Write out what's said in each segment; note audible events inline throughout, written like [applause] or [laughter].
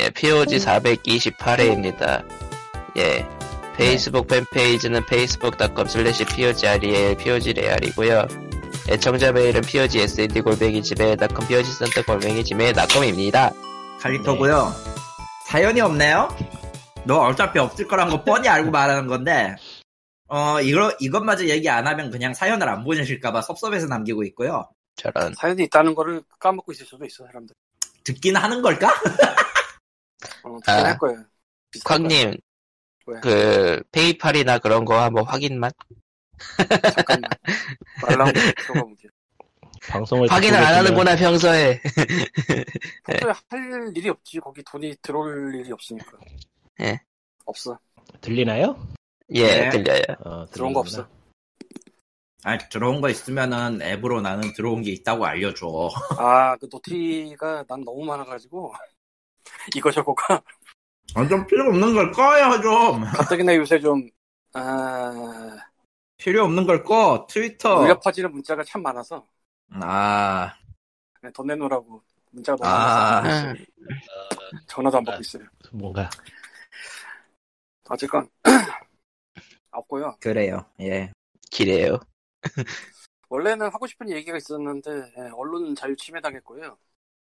예, POG 428회입니다. 예, 페이스북 팬페이지는 facebook.com slash POGREAL, POGREAL이고요. 애청자 메일은 POGSND골뱅이지메일.com, POG센터골뱅이지메일.com입니다. 갈리토고요. 사연이 없네요. 너 어차피 없을 거란 거 뻔히 알고 말하는 건데, 어 이거 이것마저 얘기 안 하면 그냥 사연을 안 보내실까봐 섭섭해서 남기고 있고요. 저런. 사연이 있다는 거를 까먹고 있을 수도 있어 사람들. 듣긴 하는 걸까? 어, 아. 아, 할 거예요. 비슷할 거야. 콱님, 왜? 그, 페이팔이나 그런 거 한번 확인만? 그- [laughs] 잠깐만. 말 나온 거 들어가볼게요. 방송을 확인을 안 하는구나, 평소에. 네. 평소에 할 일이 없지. 거기 돈이 들어올 일이 없으니까. 예. 없어. 들리나요? [laughs] 예, 네. 들려요. 어, 들어온 거 들리는구나. 없어. 아 들어온 거 있으면은 앱으로 나는 들어온 게 있다고 알려줘. 아, 그 노티가 난 너무 많아가지고. [laughs] 이거저거가. 완전 아, 필요 없는 걸 꺼요 좀. 가뜩이나 요새 좀, 아, 필요 없는 걸 꺼. 어. 트위터. 울려 퍼지는 문자가 참 많아서. 아 그냥 돈 내놓으라고. 문자가 너무 아. 많아서. 안 받고 아. 있어요. 전화도 안 받고 있어요. 뭔가 어쨌건. 네. [clears throat] 없고요. 그래요. 예. 기래요. 원래는 하고 싶은 얘기가 있었는데 예, 언론 자유 침해당했고요.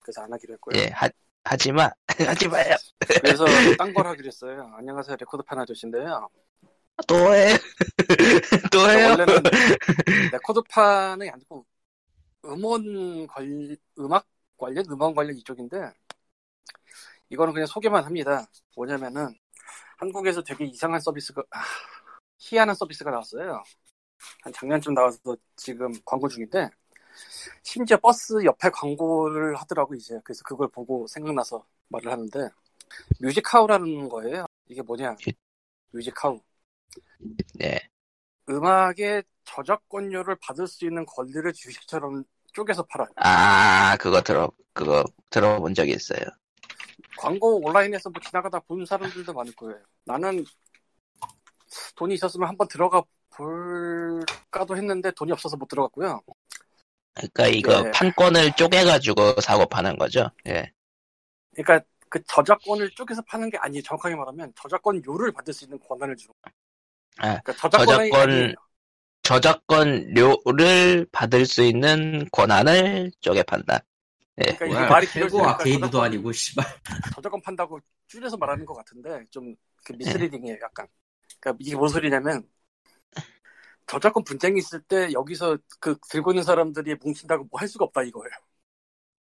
그래서 안 하기로 했고요. 예, [laughs] 하, 하지마. 하지마요. 그래서 딴 걸 하기로 했어요. 안녕하세요 레코드판 아저씨인데요. 또 해. [laughs] 또 해요. [laughs] 원래는 네, 레코드판이 아니고 음원 관 음악 관련 음원 관련 이쪽인데 이거는 그냥 소개만 합니다. 뭐냐면은 한국에서 되게 이상한 서비스가 아, 희한한 서비스가 나왔어요. 한 작년쯤 나와서 지금 광고 중인데 심지어 버스 옆에 광고를 하더라고 이제 그래서 그걸 보고 생각나서 말을 하는데 뮤직하우라는 거예요. 이게 뭐냐? 뮤직하우. 예. 음악의 저작권료를 받을 수 있는 권리를 주식처럼 쪼개서 팔아요. 아, 그거 들어, 그거 들어본 적이 있어요. 광고 온라인에서 뭐 지나가다 본 사람들도 많을 거예요. 나는 돈이 있었으면 한번 들어가 볼까도 했는데 돈이 없어서 못 들어갔고요. 그러니까 이거 예. 판권을 쪼개가지고 사고 파는 거죠. 예. 그러니까 그 저작권을 쪼개서 파는 게 아니에요. 정확하게 말하면 저작권료를 받을 수 있는 권한을 주는 거예요. 아, 그러니까 저작권이 저작권- 아니에요. 저작권료를 받을 수 있는 권한을 쪼개 판다. 예. 그러니까 뭐야, 이게 말이 최고 길어지니까 아케이드도 저작권- 아니고 씨발. 저작권 판다고 줄여서 말하는 것 같은데 좀 그 미스리딩이에요 약간 그러니까 이게 뭔 소리냐면 저작권 분쟁이 있을 때 여기서 그 들고 있는 사람들이 뭉친다고 뭐 할 수가 없다 이거예요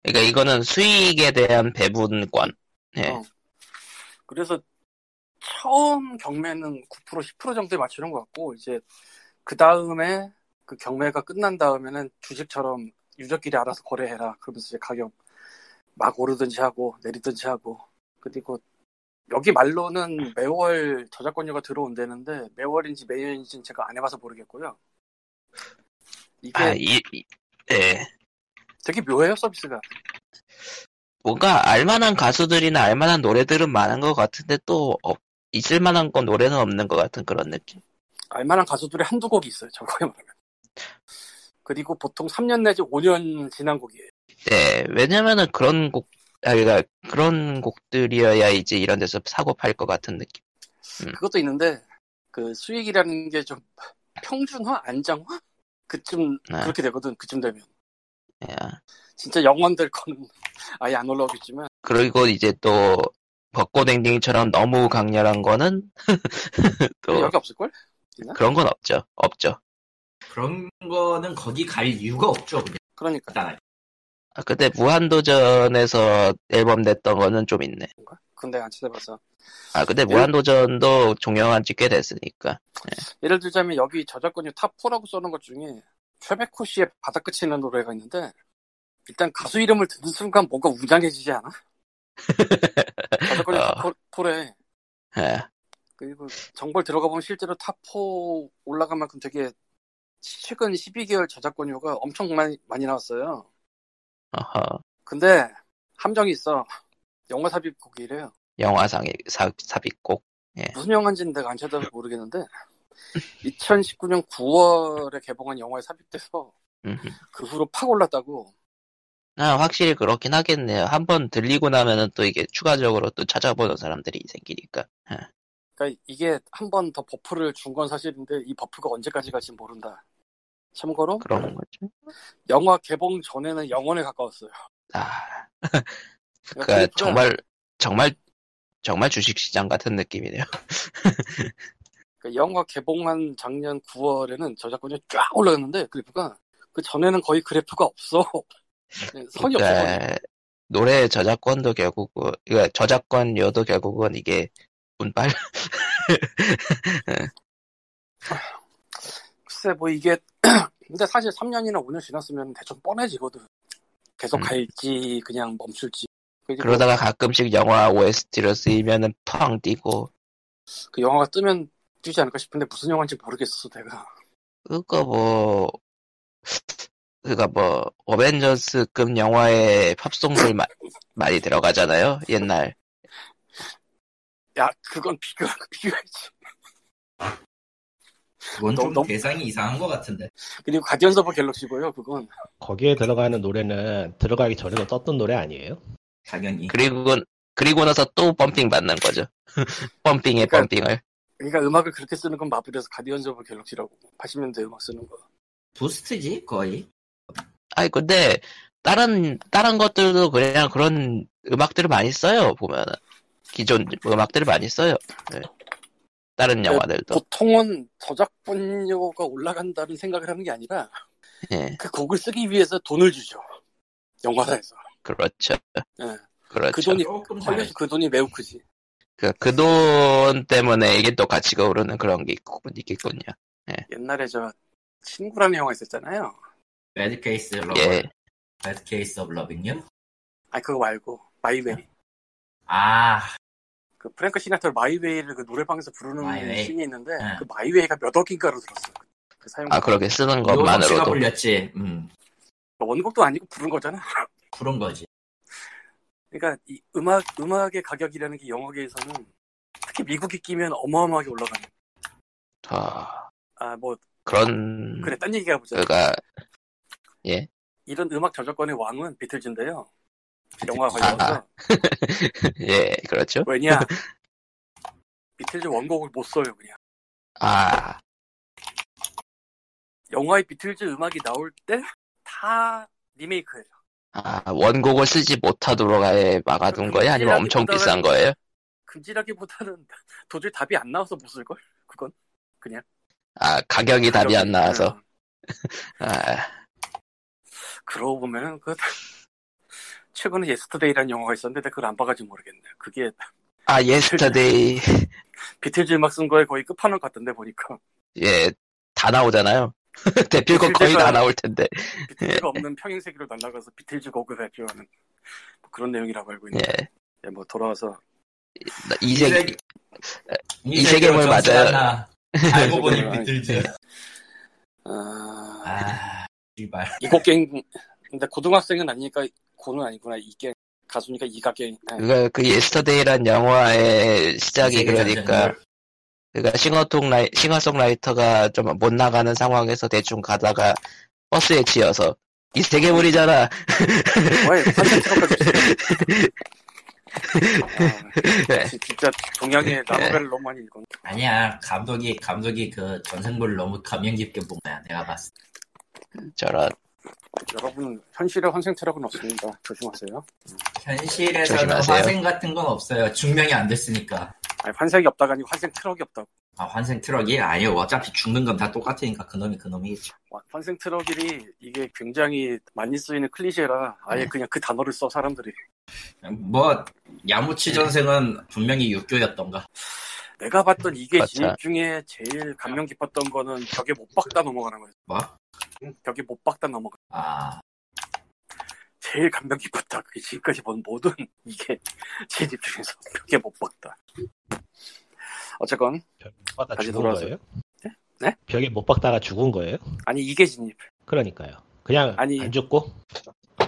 그러니까 이거는 수익에 대한 배분권. 예. 어. 그래서 처음 경매는 9% 10% 정도에 맞추는 것 같고 이제 그 다음에 그 경매가 끝난 다음에는 주식처럼 유저끼리 알아서 거래해라 그러면서 이제 가격 막 오르든지 하고 내리든지 하고 그리고 여기 말로는 매월 저작권료가 들어온다는데 매월인지 매년인지는 제가 안 해봐서 모르겠고요 이게 아, 이, 이- 예. 되게 묘해요 서비스가 뭔가 알만한 가수들이나 알만한 노래들은 많은 것 같은데 또 없- 있을 만한 건 노래는 없는 것 같은 그런 느낌. 알만한 가수들이 한두 곡이 있어요 정확하게 말하면 그리고 보통 3년 내지 5년 지난 곡이에요 예, 왜냐면은 그런 곡, 아, 그러니까 그런 곡들이어야 이제 이런 데서 사고 팔 것 같은 느낌. 그것도 있는데 그 수익이라는 게 좀 평준화 안정화 그쯤 네. 그렇게 되거든 그쯤 되면 예. 진짜 영원될 거는 [laughs] 아예 안 올라오겠지만 그리고 이제 또 벚꽃행딩처럼 너무 강렬한 거는 [laughs] 또 여기 없을 걸 그런 건 없죠. 없죠. 그런 거는 거기 갈 이유가 없죠. 그냥 그러니까 간단하게. 아, 근데 무한도전에서 앨범 냈던 거는 좀 있네. 근데 안 찾아봐서 아, 근데 무한도전도 종영한 지 꽤 됐으니까. 예를 들자면 여기 저작권이 탑 4라고 써놓은 것 중에 최백호 씨의 바닥끝이 있는 노래가 있는데 일단 가수 이름을 듣는 순간 뭔가 웅장해지지 [laughs] 않아? 저작권이 어. 탑 4래 예. 그리고 정보를 들어가 보면 실제로 탑4 올라간 만큼 되게 최근 12개월 저작권료가 엄청 많이, 많이 나왔어요. 어허. 근데 함정이 있어. 영화 삽입곡이래요. 영화상의 사, 삽입곡. 무슨 영화인지는 내가 안 찾아서 모르겠는데 2019년 9월에 개봉한 영화에 삽입돼서 음. 그 후로 팍 올랐다고 아, 확실히 그렇긴 하겠네요. 한번 들리고 나면은 또 이게 추가적으로 또 찾아보는 사람들이 생기니까. 그러니까 이게 한 번 더 버프를 준 건 사실인데 이 버프가 언제까지 갈지 모른다. 참고로 어, 그런 거죠. 영화 개봉 전에는 영원에 가까웠어요. 아, 그러니까 그니까 테이프가 정말, 정말, 정말 주식시장 같은 느낌이네요. 그러니까 영화 개봉한 작년 9월에는 저작권이 쫙 올라갔는데 그래프가 그 전에는 거의 그래프가 없어 [laughs] 네, 선이 없어 선이. 그러니까 노래 저작권도 결국은, 그러니까 저작권료도 결국은 이게 [laughs] 운빨? 글쎄 뭐 이게 [clears throat] 근데 사실 3년이나 5년 지났으면 대충 뻔해지거든 계속 음. 갈지 그냥 멈출지 그리고 그러다가 가끔씩 영화 OST로 쓰이면은 펑 뛰고, 그 영화가 뜨면 뛰지 않을까 싶은데 무슨 영화인지 모르겠어 내가 그거 뭐, 그니까 뭐, 어벤져스급 영화에 팝송들 마- 많이 들어가잖아요, 옛날. 야 그건 비교 [laughs] 비교했지 그건 좀 너무- 대상이 이상한 것 같은데. 그리고 가디언즈 오브 갤럭시고요 그건 거기에 들어가는 노래는 들어가기 전에도 떴던 노래 아니에요? 당연히. 그리고, 그리고 나서 또 펌핑 받는 [laughs] 거죠. 펌핑에 그러니까- 펌핑을. 그러니까 음악을 그렇게 쓰는 건 마블에서 가디언즈 오브 갤럭시라고 80년대 음악 쓰는 거 부스트지 거의. 아니, 근데, 다른, 다른 것들도 그냥 그런 음악들을 많이 써요, 보면은. 기존 음악들을 많이 써요. 네. 다른 영화들도. 보통은 저작권료가 올라간다는 생각을 하는 게 아니라 예, 그 곡을 쓰기 위해서 돈을 주죠. 영화사에서. 그렇죠. 예. 그 그렇죠. 돈이 조금 다르. 걸려서 그 돈이 매우 크지. 그, 그 돈 때문에 이게 또 가치가 오르는 그런 게 있고, 있겠군요. 옛날에 저 친구라는 영화 있었잖아요. Bad Case of 예. Love. Bad Case of Loving You. 아 그거 말고 네. 마이웨이. 아, 그 프랭크 시나토 마이웨이를 그 노래방에서 부르는 마이웨이. 씬이 있는데 예. 그 마이웨이가 몇 억인가로 들었어. 그 사용. 아, 그렇게 쓰는 요동씨가 것만으로도. 불렸지. 음, 원곡도 아니고 부른 거잖아. [laughs] 그런 거지. 그러니까 이 음악 음악의 가격이라는 게 영화계에서는 특히 미국이 끼면 어마어마하게 올라가는. 아, 아뭐 그런, 그래 딴 얘기가 보자. 그가, 이런 음악 저작권의 왕은 비틀즈인데요. 영화 비틀즈. 관련해서. 아. 예, 그렇죠. [laughs] 왜냐? 비틀즈 원곡을 못 써요, 그냥. 아, 영화의 비틀즈 음악이 나올 때 다 리메이크예요. 아, 원곡을 쓰지 못하도록 아예 막아둔 거예요? 아니면 엄청 비싼 거예요? 금지라기보다는 [laughs] 도저히 답이 안 나와서 못 쓸걸? 그건 아, 가격이 답이 안 나와서. 음, 아, 그러고 보면 그 [laughs] 최근에 예스터데이라는 영화가 있었는데 내가 그걸 안 봐가지고 모르겠네. 그게 아, yesterday. 비틀즈 음악 쓴 거에 거의 끝판왕 같던데 보니까 예, 다 나오잖아요. [laughs] 대표곡 거의 다 나올 텐데. 예. 비틀즈가 없는 평행세계로 날아가서 비틀즈 곡을 발표하는 뭐 그런 내용이라고 알고 예. 있는데 예, 뭐 돌아와서 나- 이 세계, 이 세계물 세계로 맞아요. 점수가 나. [laughs] 알고 보니 세계물 비틀즈. 아... 아, 씨발. 이곡 갱 근데 고등학생은 아니니까 고는 아니구나 이게 가수니까 이각갱 네. 그가, 그 yesterday란 영화의 이 시작이 세계 그러니까, 전쟁물. 그러니까 싱어통라이, 싱어송라이터가 좀 못 나가는 상황에서 대충 가다가 버스에 치여서 이 세계물이잖아. 왜 환상처럼까지 아, 진짜 동양의 나노벨을 너무 많이 읽은 아니야 감독이 감독이 그 전생물 너무 감명 깊게 본 거야 내가 봤을 때. 저런. 여러분 현실의 환생체력은 없습니다 조심하세요 현실에서는 조심하세요. 환생 같은 건 없어요 증명이 안 됐으니까 아니, 환생이 없다가 아니고 환생트럭이 없다고 아 환생 트럭이 아니요 어차피 죽는 건 다 똑같으니까 그놈이 그놈이겠지 와, 환생트럭이 이게 굉장히 많이 쓰이는 클리셰라 아예 네. 그냥 그 단어를 써 사람들이 뭐 야무치 전생은 분명히 육교였던가 내가 봤던 이게 맞아. 진입 중에 제일 감명 깊었던 거는 벽에 못 박다 넘어가는 거예요 뭐? 벽에 못 박다 넘어가 아 제일 감명 깊었다. 그게 지금까지 본 모든 [laughs] 이게 제 집 중에서 벽에 못 박다. 어쨌건 못 박다 다시 죽은 돌아왔어요. 거예요? 네? 네? 벽에 못 박다가 죽은 거예요? 아니 이게 진입. 그러니까요. 그냥 아니- 안 죽고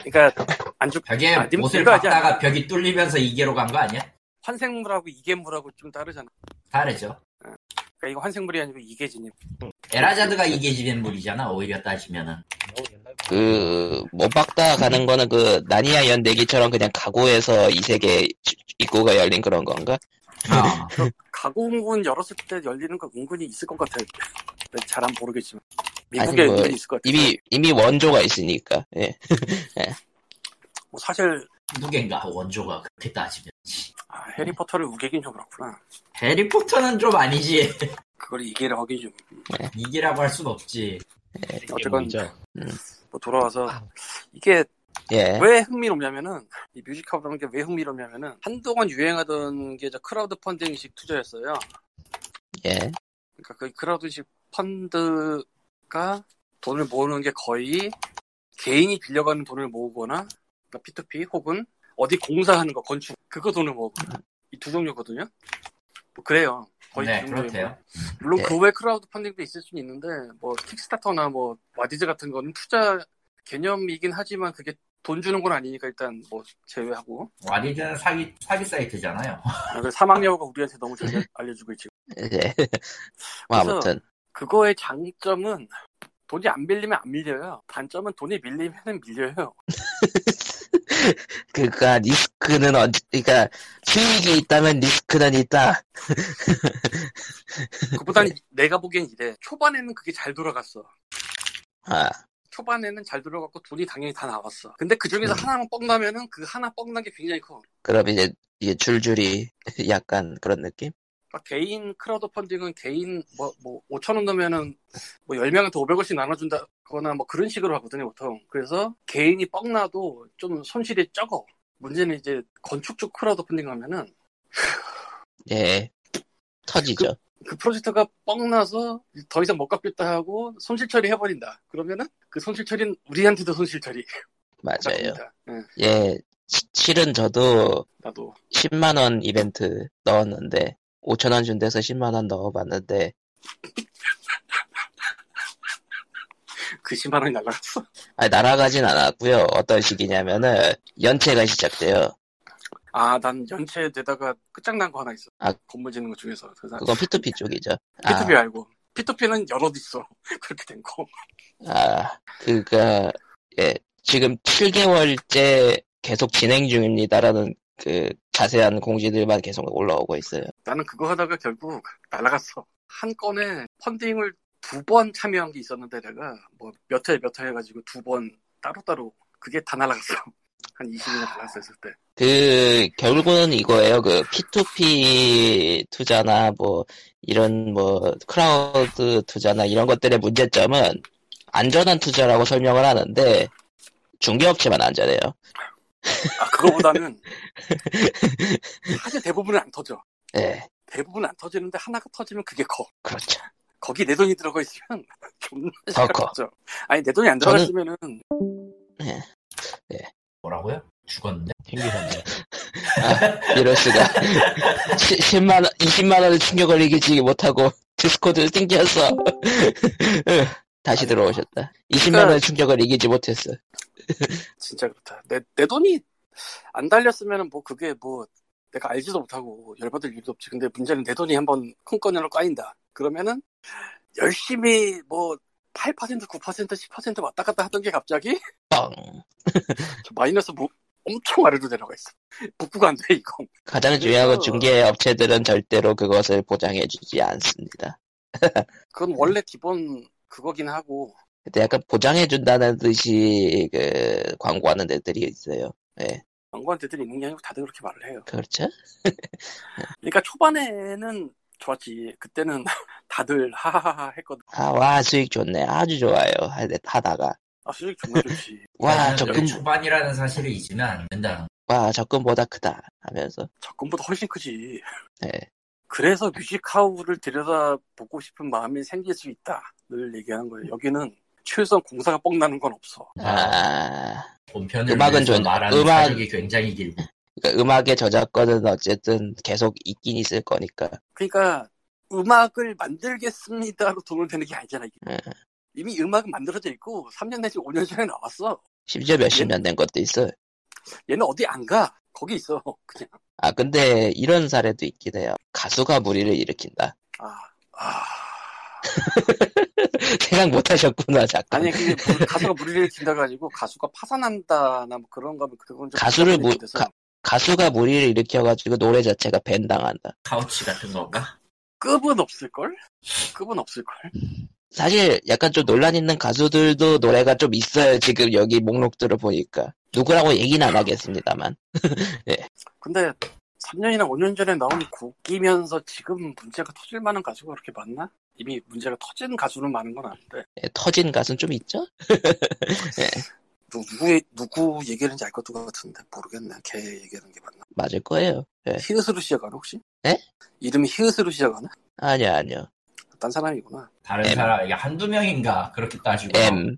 그러니까 안죽 벽에 아, 님 못을 들고 하지 박다가 벽이 뚫리면서 이계로 간 거 아니야? 환생물하고 이계물하고 좀 다르잖아. 다르죠 그러니까 이거 환생물이 아니고 이계진이 에라자드가 이게 지변물이잖아 오히려 따지면은 네, 그, 못 박다 가는 거는 그, 나니아 연대기처럼 그냥 가구에서 이 세계 입구가 열린 그런 건가? 아. 어. 가공군 열었을 때 열리는 거 은근히 있을 것 같아요. 네, 잘 안 모르겠지만 아니, 미국에 뭐, 은근히 있을 것 같아요. 이미, 이미 원조가 있으니까, 예. 뭐 사실 누겐가 원조가 그렇게 따지면 아, 해리포터를 우기긴 좀 그렇구나. 해리포터는 좀 아니지 [laughs] 그걸 이계를 하긴 좀. 이기라고 할 순 없지 어쨌건 이죠 뭐 돌아와서 이게 예. 왜 흥미롭냐면은 이 뮤지컬이라는 게 왜 흥미롭냐면은 한동안 유행하던 게 저 크라우드 펀딩식 투자였어요. 예. 그러니까 그 크라우드식 펀드가 돈을 모으는 게 거의 개인이 빌려가는 돈을 모으거나 그러니까 P2P 혹은 어디 공사하는 거 건축 그거 돈을 모으거나 이 두 종류거든요. 뭐 그래요. 거의 네 두 종류예요. 그렇대요 물론 예. 그 외 크라우드 펀딩도 있을 수는 있는데 뭐 킥스타터나 뭐 와디즈 같은 거는 투자 개념이긴 하지만 그게 돈 주는 건 아니니까 일단 뭐 제외하고 와디즈는 사기, 사기 사이트잖아요 아, 그 사망여우가 우리한테 너무 잘 알려주고 있지. 예. [laughs] 뭐 아무튼, 그거의 장점은 돈이 안 빌리면 안 밀려요. 단점은 돈이 밀리면 밀려요. 그니까, 리스크는 언제, 그니까, 수익이 있다면 리스크는 있다. 그보다는 내가 보기엔 이래. 초반에는 그게 잘 돌아갔어. 아, 초반에는 잘 돌아갔고 돈이 당연히 다 나왔어. 근데 그 중에서 하나만 뻥 나면은 그 하나 뻥 난 게 굉장히 커. 그럼 이제, 이제 줄줄이 [laughs] 약간 그런 느낌? 그러니까 개인 크라우드 펀딩은 개인 뭐, 뭐 5천 원 넣으면은 뭐 10명한테 500원씩 나눠준다거나 뭐 그런 식으로 하거든요 보통 그래서 개인이 뻥 나도 좀 손실이 적어 문제는 이제 건축 쪽 크라우드 펀딩 하면은 예. 터지죠. 그 프로젝트가 뻥 나서 더 이상 못 갚겠다 하고 손실 처리 해버린다 그러면은 그 손실 처리는 우리한테도 손실 처리 맞아요. 니다 예, 예. 시- 실은 저도, 나도 10만원 이벤트 넣었는데, 5천원 준 데서 10만원 넣어봤는데, 그 10만 원이 날라갔어 아, 날아가진 않았고요 어떤 식이냐면은, 연체가 시작돼요. 아 난 연체되다가 끝장난 거 하나 있어 아. 건물 짓는 것 중에서 그래서 그건 P2P 쪽이죠. 아, P2P 말고 P2P는 여러 개 있어 [laughs] 그렇게 된 거. 아, 그니까, 예, 지금 7개월째 계속 진행 중입니다라는 그 자세한 공지들만 계속 올라오고 있어요. 나는 그거 하다가 결국 날아갔어. 한 건에 펀딩을 두 번 참여한 게 있었는데 내가 뭐 몇 회 몇 회 해가지고 두 번 따로따로 그게 다 날아갔어. [laughs] 한 20년 날아갔어 했을 때. 그, 결국은 이거예요. 그, P2P 투자나 뭐, 이런 뭐, 크라우드 투자나 이런 것들의 문제점은 안전한 투자라고 설명을 하는데, 중개업체만 안전해요. 아 [laughs] 그거보다는 사실 대부분은 안 터져. 예, 대부분 안 터지는데 하나가 터지면 그게 커. 그렇죠. 거기 내 돈이 들어가 있으면 [laughs] 존나 더 커. 싫어져. 아니 내 돈이 안 들어가 있으면은 뭐라고요? 죽었는데? 튕기셨네. 이럴수가. [laughs] 10만원, 20만원을 충격 걸리지 못하고, 디스코드 띵겼어. [laughs] 다시 들어오셨다. 그러니까 20만원의 충격을 이기지 못했어. 진짜 그렇다. 내, 내 돈이 안 달렸으면은 뭐 그게 뭐 내가 알지도 못하고 열받을 일도 없지. 근데 문제는 내 돈이 한번 큰 건으로 까인다. 그러면은 열심히 뭐 8%, 9%, 10% 왔다 갔다 하던 게 갑자기 뻥. [laughs] 저 마이너스 뭐 엄청 아래로 내려가 있어. 복구가 안 돼, 이건. 가장 중요한 그러니까. 건 중개 업체들은 절대로 그것을 보장해주지 않습니다. 그건 원래 기본 그거긴 하고 근데 약간 보장해준다는 듯이 그 광고하는 데들이 있어요. 예, 연구한테들이 있는 게 아니고 다들 그렇게 말을 해요. 그렇죠? 그러니까 초반에는 좋았지. 그때는 [laughs] 다들 하하하 했거든. 아, 와, 수익 좋네. 아주 좋아요. 하- 하다가. 아, 수익 정말 좋지. 와, 나는 적금, 아, 그러니까 여기 초반이라는 사실을 잊으면 안 된다는 와, 적금보다 크다. 하면서. 적금보다 훨씬 크지. 예. 그래서 뮤직하우를 들여다보고 싶은 마음이 생길 수 있다. 늘 얘기하는 거예요. 여기는 최소한 공사가 뻥 나는 건 없어. 아, 본편을 음악은 위해서 전- 말하는 음악- 사격이 굉장히 길고 그러니까 음악의 저작권은 어쨌든 계속 있긴 있을 거니까. 그러니까 음악을 만들겠습니다로 돈을 되는 게 아니잖아. 이게. 네. 이미 음악은 만들어져 있고 3년 내지 5년 전에 나왔어. 아, 심지어 몇십 년 된 것도 있어요. 얘는 어디 안 가. 거기 있어. 그냥. 아, 근데 이런 사례도 있긴 해요. 가수가 무리를 일으킨다. [laughs] 아, 생각 못 하셨구나, 잠깐. 아니 근데 [laughs] 물- 가수가 물리를 길다가지고 가수가 파산한다나 뭐 그런 거면 그건 좀 가수를 다른 뭐- 얘기인데서. 가- 가수가 무리를 일으켜가지고 노래 자체가 밴당한다. 카우치 같은 건가? 급은 없을 걸? 급은 없을 걸? 사실 약간 좀 논란 있는 가수들도 노래가 좀 있어요. 지금 여기 목록들을 보니까. 누구라고 얘기는 안 하겠습니다만. 근데 3년이나 5년 전에 나온 곡이면서 지금 문제가 터질 만한 가수가 그렇게 많나? 이미 문제가 터진 가수는 많은 건 아닌데 예, 터진 가수는 좀 있죠? 누, 누구 누구 얘기하는지 알 것도 같은데 모르겠네. 걔 얘기하는 게 맞나? 맞을 거예요. 예. 히읗으로 시작하나 혹시? 네? 이름이 히읗으로 시작하나? 아니요, 아니요. 딴 사람이구나. 다른 M. 사람 이게 한두 명인가 그렇게 따지고 M.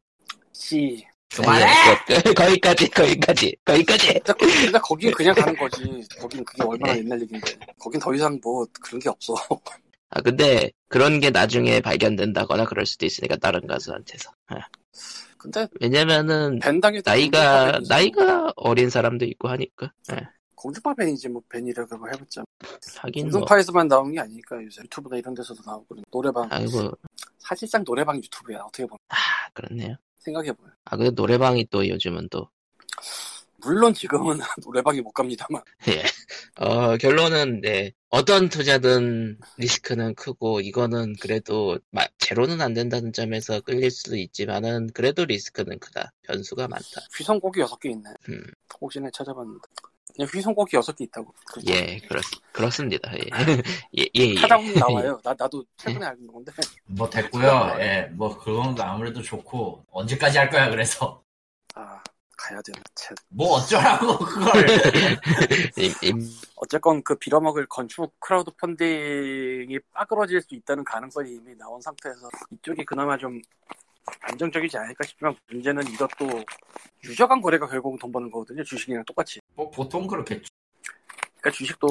C. 뭐, 그만해! 예, 끝. 거기까지, 거기까지, 거기까지! 근데, 거- 근데 거긴 그냥 가는 거지. 거긴 그게 네. 얼마나 옛날 얘기인데. 거긴 더 이상 뭐 그런 게 없어. [laughs] 아, 근데 그런 게 나중에 발견된다거나 그럴 수도 있으니까 다른 가수한테서. 예. 근데 왜냐면은 밴당에 나이가, 나이가 어린 사람도 있고 하니까. 예. 공중파 밴이지 뭐 밴이라고 해봤자 하긴 뭐. 공중파에서만 나온 게 아니니까 요새 유튜브나 이런 데서도 나오고 노래방 아이고, 사실상 노래방 유튜브야 어떻게 보면 아, 그렇네요. 생각해보면 아, 근데 노래방이 또 요즘은 또. 물론 지금은 [laughs] 노래방에 못 갑니다만 예. 어, 결론은, 네. 어떤 투자든 리스크는 크고, 이거는 그래도, 마- 제로는 안 된다는 점에서 끌릴 수도 있지만은, 그래도 리스크는 크다. 변수가 많다. 휘성곡이 여섯 개 있네 음. 혹시나 찾아봤는데 그냥 휘성곡이 여섯 개 있다고 그렇죠. 예, 그렇, 그렇습니다. 예. [laughs] 예, 예, 예. 아, 하다 보면 [laughs] 나와요 나, 나도 최근에 알고 건데 뭐 됐고요. 예, 뭐 그런 거 아무래도 좋고 언제까지 할 거야 그래서 [laughs] 아 가야 되나 쟤. 뭐 어쩌라고 [laughs] 그걸 임- 임- 어쨌건 그 빌어먹을 건축 크라우드 펀딩이 빠그러질 수 있다는 가능성이 이미 나온 상태에서 이쪽이 그나마 좀 안정적이지 않을까 싶지만 문제는 이것도 유저 간 거래가 결국은 돈 버는 거거든요 주식이랑 똑같이 뭐 보통 그렇겠죠. 그러니까 주식도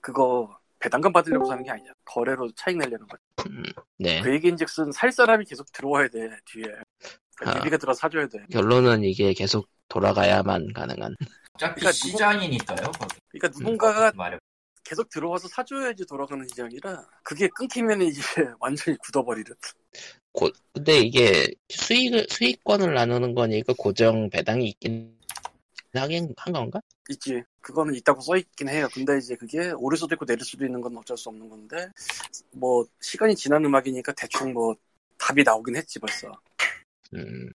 그거 배당금 받으려고 사는 게 아니야 거래로 차익 내려는 거야 네. 그 얘기인즉슨 살 사람이 계속 들어와야 돼 뒤에 그러니까 아. 유비가 들어 서 사줘야 돼 결론은 이게 계속 돌아가야만 가능한. 어차피 그러니까 누구- 시장이니까요. 거기. 음, 그러니까 누군가가 어떻게 말해. 계속 들어와서 사줘야지 돌아가는 시장이라 그게 끊기면 이제 [laughs] 완전히 굳어버리는 고- 근데 이게 수익을, 수익권을 나누는 거니까 고정 배당이 있긴 하긴 한 건가? 있지. 그거는 있다고 써 있긴 해요. 근데 이제 그게 오를 수도 있고 내릴 수도 있는 건 어쩔 수 없는 건데 뭐 시간이 지난 음악이니까 대충 뭐 답이 나오긴 했지 벌써. 음,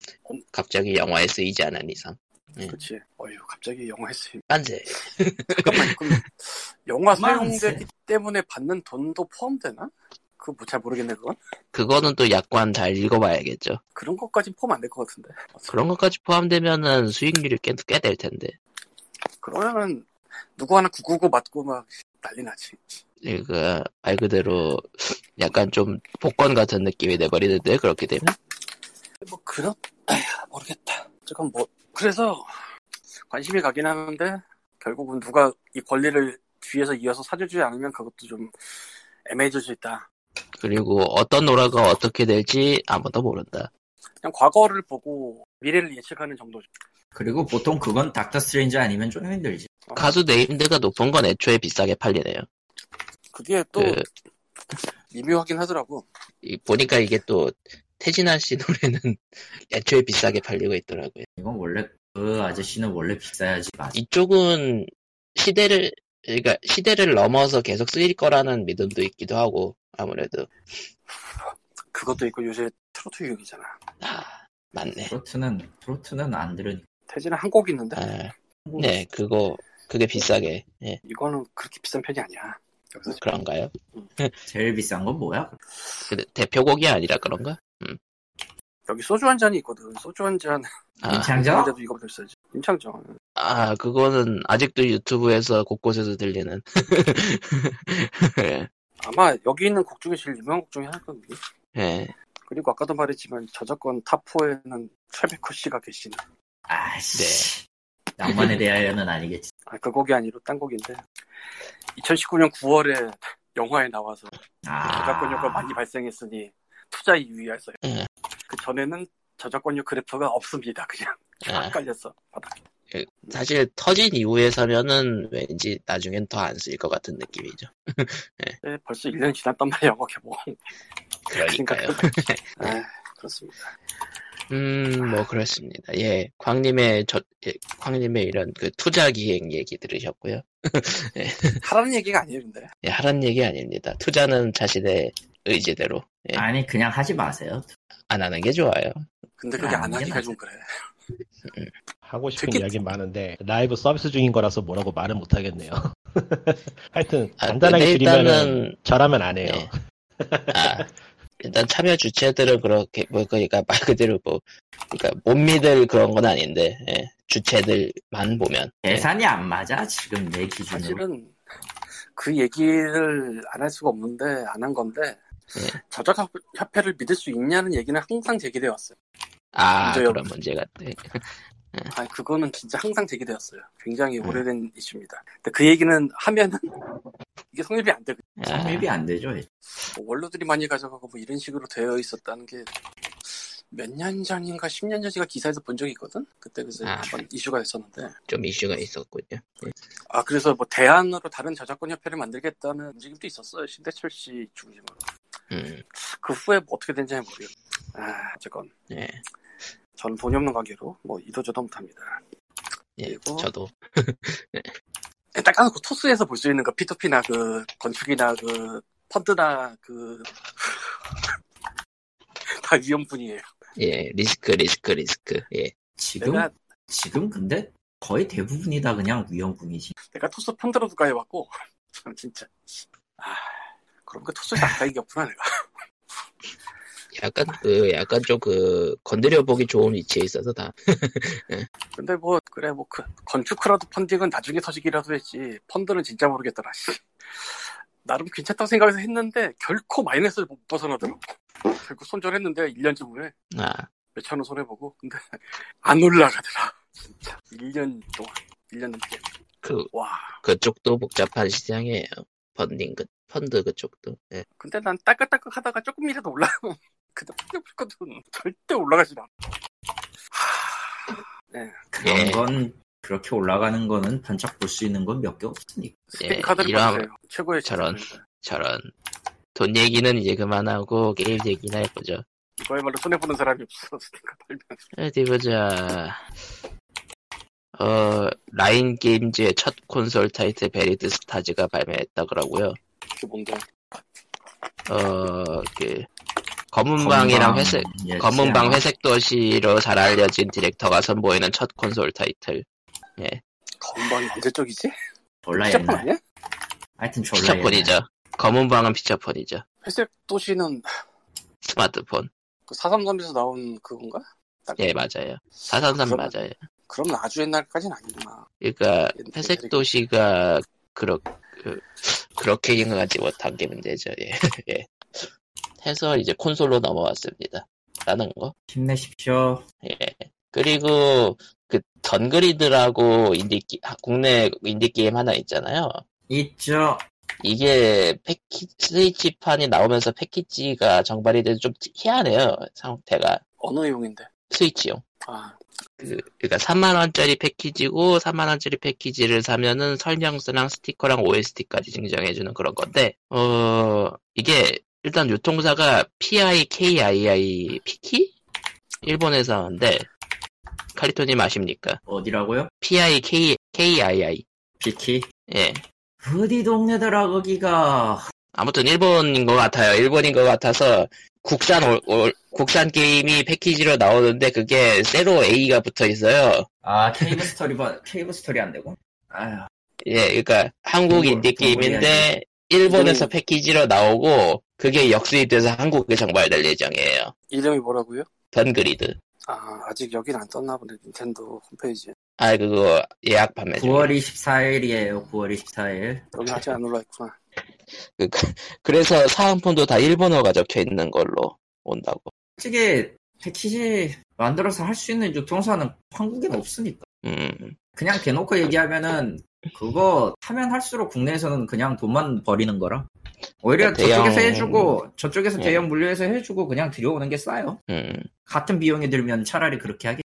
갑자기 영화에 쓰이지 않은 이상. 네. 그렇지. 어휴 갑자기 영화에 쓰임. 딴지. 잠깐만 그럼 영화 만세. 사용되기 때문에 받는 돈도 포함되나? 그거 뭐잘 모르겠네 그건. 그거는 또 약관 잘 읽어봐야겠죠. 그런 것까진 포함 안 될 것 같은데. 그런 것까지 포함되면은 수익률이 꽤, 꽤 될 텐데. 그러면은 누구 하나 구구구 맞고 막 난리 나지. 그러니까 말 그대로 약간 좀 복권 같은 느낌이 돼버리는데 그렇게 되면 뭐 그런 아휴, 모르겠다. 잠깐 뭐 그래서 관심이 가긴 하는데 결국은 누가 이 권리를 뒤에서 이어서 사주지 않으면 그것도 좀 애매해질 수 있다. 그리고 어떤 노라가 어떻게 될지 아무도 모른다. 그냥 과거를 보고 미래를 예측하는 정도죠. 그리고 보통 그건 닥터 스트레인지 아니면 좀 힘들지. 가수 네임드가 높은 건 애초에 비싸게 팔리네요. 그게 또 그 미묘하긴 하더라고. 이- 보니까 이게 또 태진아 씨 노래는 [laughs] 애초에 비싸게 팔리고 있더라고요. 이건 원래 그 아저씨는 원래 비싸야지 맞아. 이쪽은 시대를 그러니까 시대를 넘어서 계속 쓰일 거라는 믿음도 있기도 하고 아무래도 그것도 있고 요새 트로트 유행이잖아. 아, 맞네. 트로트는 트로트는 안 들으니. 태진은 한 곡 있는데 아, 네, 그거 그게 비싸게. 예, 이거는 그렇게 비싼 편이 아니야. 여기서 그런가요? 제일 비싼 건 뭐야? 근데 대표곡이 아니라 그런가? 여기 소주 한 잔이 있거든. 소주 한잔 아, 임창정? [laughs] 근데도 이거보다 비싸지. 임창정. 아, 그거는 아직도 유튜브에서 곳곳에서 들리는. [laughs] 예, 아마 여기 있는 곡 중에 제일 유명한 곡 중에 하나일 겁니다. 예. 그리고 아까도 말했지만 저작권 탑4에는 최백호 씨가 계신 네. 아씨. 낭만에 대하여는 아니겠지. 아, 그 곡이 아니고 딴 곡인데 2019년 9월에 영화에 나와서 저작권 아. 효과 많이 발생했으니 투자에 유의하세요. 예. 그 전에는 저작권료 그래프가 없습니다. 그냥 쫙 예. 깔렸어. 바닥에. 사실 터진 이후에 사면은 왠지 나중엔 더 안 쓸 것 같은 느낌이죠. 네, 벌써 1년이 지났단 말이에요, 영어 개봉. 그러니까요. 아, 그렇습니다. 음, 뭐 그렇습니다. 예, 광님의 저, 예, 광님의 이런 그 투자 기행 얘기 들으셨고요. 하라는 얘기가 아니에요, 근데. 예, 하란 얘기 아닙니다. 투자는 자신의 의지대로 예. 아니 그냥 하지 마세요. 안 하는 게 좋아요. 근데 그게 아, 안 하기가 아니야. 좀 그래. 하고 싶은 특히- 이야기는 많은데 라이브 서비스 중인 거라서 뭐라고 말은 못 하겠네요. [laughs] 하여튼 아, 간단하게 근데 줄이면은 일단은 저라면 안 해요. 예. 아, 일단 참여 주체들은 그렇게 뭐 그러니까 말 그대로 뭐 그러니까 못 믿을 그런 건 아닌데 예, 주체들만 보면 예, 계산이 안 맞아 지금 내 기준으로. 네. 사실은 그 얘기를 안 할 수가 없는데, 안 한 건데, 예. 저작협회를 믿을 수 있냐는 얘기는 항상 제기되어 왔어요. 아 문제요. 그런 문제가 예. 아니, 그거는 진짜 항상 제기되었어요. 굉장히 음. 오래된 이슈입니다. 근데 그 얘기는 하면은 이게 성립이 안 돼. 아, 네. 성립이 안 되죠. 뭐 원로들이 많이 가져가고 뭐 이런 식으로 되어 있었다는 게 몇 년 전인가 10년 전인가 기사에서 본 적이 있거든? 그때 그래서 아. 한번 이슈가 됐었는데 좀 이슈가 있었군요. 아 그래서 뭐 대안으로 다른 저작권 협회를 만들겠다는 움직임도 있었어요 신대철 씨 중심으로 음, 그 후에 뭐 어떻게 된지 모르겠 아 어쨌건 예, 저는 돈이 없는 관계로 뭐 이도저도 못합니다 예, 그리고- 저도 네, 딱 까놓고 토스에서 볼 수 있는 그 P2P나 그 건축이나 그 펀드나 그 [laughs] 다 위험뿐이에요 예 리스크 리스크 리스크 예. 지금 내가 지금 근데 거의 대부분이 다 그냥 위험군이지. 내가 토스 펀드로도 가해봤고 [laughs] 참 진짜 아 그러니까 토스에서 안 가인 게 없구나 내가 약간 그 약간 좀 그 건드려 보기 좋은 위치에 있어서 다 근데 뭐 그래 뭐 그 건축 크라우드 펀딩은 나중에 터지기라도 했지 펀드는 진짜 모르겠더라 씨. 나름 괜찮다고 생각해서 했는데 결코 마이너스를 못 벗어나더라고 결국 손절했는데 1년쯤 후에 아, 몇천 원 손해보고 근데 [laughs] 안 올라가더라 진짜 1년 동안 1년 넘게 그 와 그쪽도 복잡한 시장이에요. 펀딩 그 펀드 그쪽도. 예. 근데 난 따깍따깍 하다가 조금이라도 올라가면 [laughs] 그때 풀거든 절대 올라가질 않아 그런 네. 예. 건 그렇게 올라가는 거는 반짝 볼 수 있는 건 몇 개 없으니까. 예, 스펙카드를 이런- 받으세요 최고의 저런. 시스템입니다. 저런 돈 얘기는 이제 그만하고 게임 얘기나 해보죠. 이거야말로 손해보는 사람이 없어 스펙카 팔면 어디 보자. 어 라인 게임즈의 첫 콘솔 타이틀 베리드 스타즈가 발매했다 그러고요. 그게 뭔데 어그 검은 방이랑 네, 회색 예, 검은 방 시장. 회색 도시로 잘 알려진 디렉터가 선보이는 첫 콘솔 타이틀 건방이 언제적이지? 아, 졸라 시작뿐 옛날. 아니야? 하여튼 졸라 피처폰이죠. 검은 방은 피처폰이죠. 회색 도시는 스마트폰. 그 433에서 나온 그건가? 예 맞아요. 433 그러면- 맞아요. 그럼 아주 옛날까진 아니구나. 그러니까 옛- 회색 옛날이긴- 도시가 그렇 그, 그렇게 인가하지 못한 게 문제죠. 예. [laughs] 예. 해서 이제 콘솔로 넘어왔습니다. 라는 거. 힘내십시오. 예. 그리고 그 던그리드라고 인디 게- 하- 국내 인디 게임 하나 있잖아요. 있죠. 이게 패키지 스위치판이 나오면서 패키지가 정발이 돼서 좀 희한해요. 상태가 언어 용인데. 스위치용. 아, 그, 그러니까 3만 원짜리 패키지고 3만 원짜리 패키지를 사면은 설명서랑 스티커랑 OST까지 증정해 주는 그런 건데 어 이게 일단 유통사가 PIKII 피키 일본에서 하는데 카리토님 아십니까? 어디라고요? PIKII 비키. 예 어디 동네더라 거기가. 아무튼 일본인 것 같아요. 일본인 것 같아서 국산 올- 올- 국산 게임이 패키지로 나오는데 그게 세로 A가 붙어 있어요. 아 케이브 스토리 봐. 케이브 스토리 안 되고. 아휴. 예, 그러니까 한국 뭐, 인디 뭐 해야지. 게임인데 일본에서 이름이- 패키지로 나오고 그게 역수입돼서 한국에 정발될 예정이에요. 이름이 뭐라고요? 던그리드. 아, 아직 여긴 안 떴나 보네. 닌텐도 홈페이지에. 아 그거 예약 판매 중. 9월 24일이에요. 9월 24일. 여기 아직 안 올라있구나. 그, [laughs] 그래서 사은품도 다 일본어가 적혀 있는 걸로 온다고. 솔직히 패키지 만들어서 할 수 있는 유통사는 한국엔 없으니까. 음, 그냥 대놓고 얘기하면은 그거 하면 할수록 국내에서는 그냥 돈만 버리는 거라. 오히려 그러니까 대형- 저쪽에서 해주고 저쪽에서 예. 대형 물류에서 해주고 그냥 들여오는 게 싸요. 음. 같은 비용이 들면 차라리 그렇게 하겠.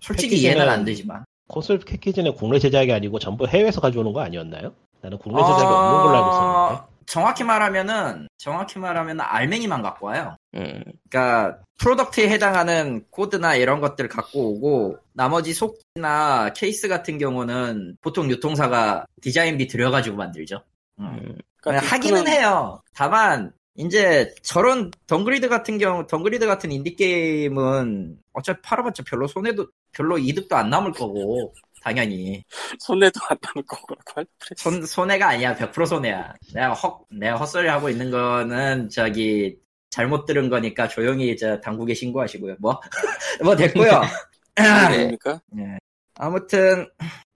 솔직히 패키지는- 이해는 안 되지만. 콘솔 패키지는 국내 제작이 아니고 전부 해외에서 가져오는 거 아니었나요? 나는 국내에서 잘 없는 걸로 알고 있었는데. 어, 정확히 말하면은 정확히 말하면 알맹이만 갖고 와요. 음, 그러니까 프로덕트에 해당하는 코드나 이런 것들 갖고 오고 나머지 속이나 케이스 같은 경우는 보통 유통사가 디자인비 들여가지고 만들죠. 음. 그러니까 그냥 하기는 네, 해요. 다만 이제 저런 덩그리드 같은 경우 덩그리드 같은 인디 게임은 어차피 팔아봤자 별로 손해도 별로 이득도 안 남을 거고 당연히 손해도 안 나는 거고 그래. 손 손해가 아니야 100% 손해야. 내가 헛 내가 헛소리 하고 있는 거는 저기 잘못 들은 거니까 조용히 저 당국에 신고하시고요. 뭐 [laughs] 뭐 [laughs] 됐고요. 아, 네. 그러니까 아무튼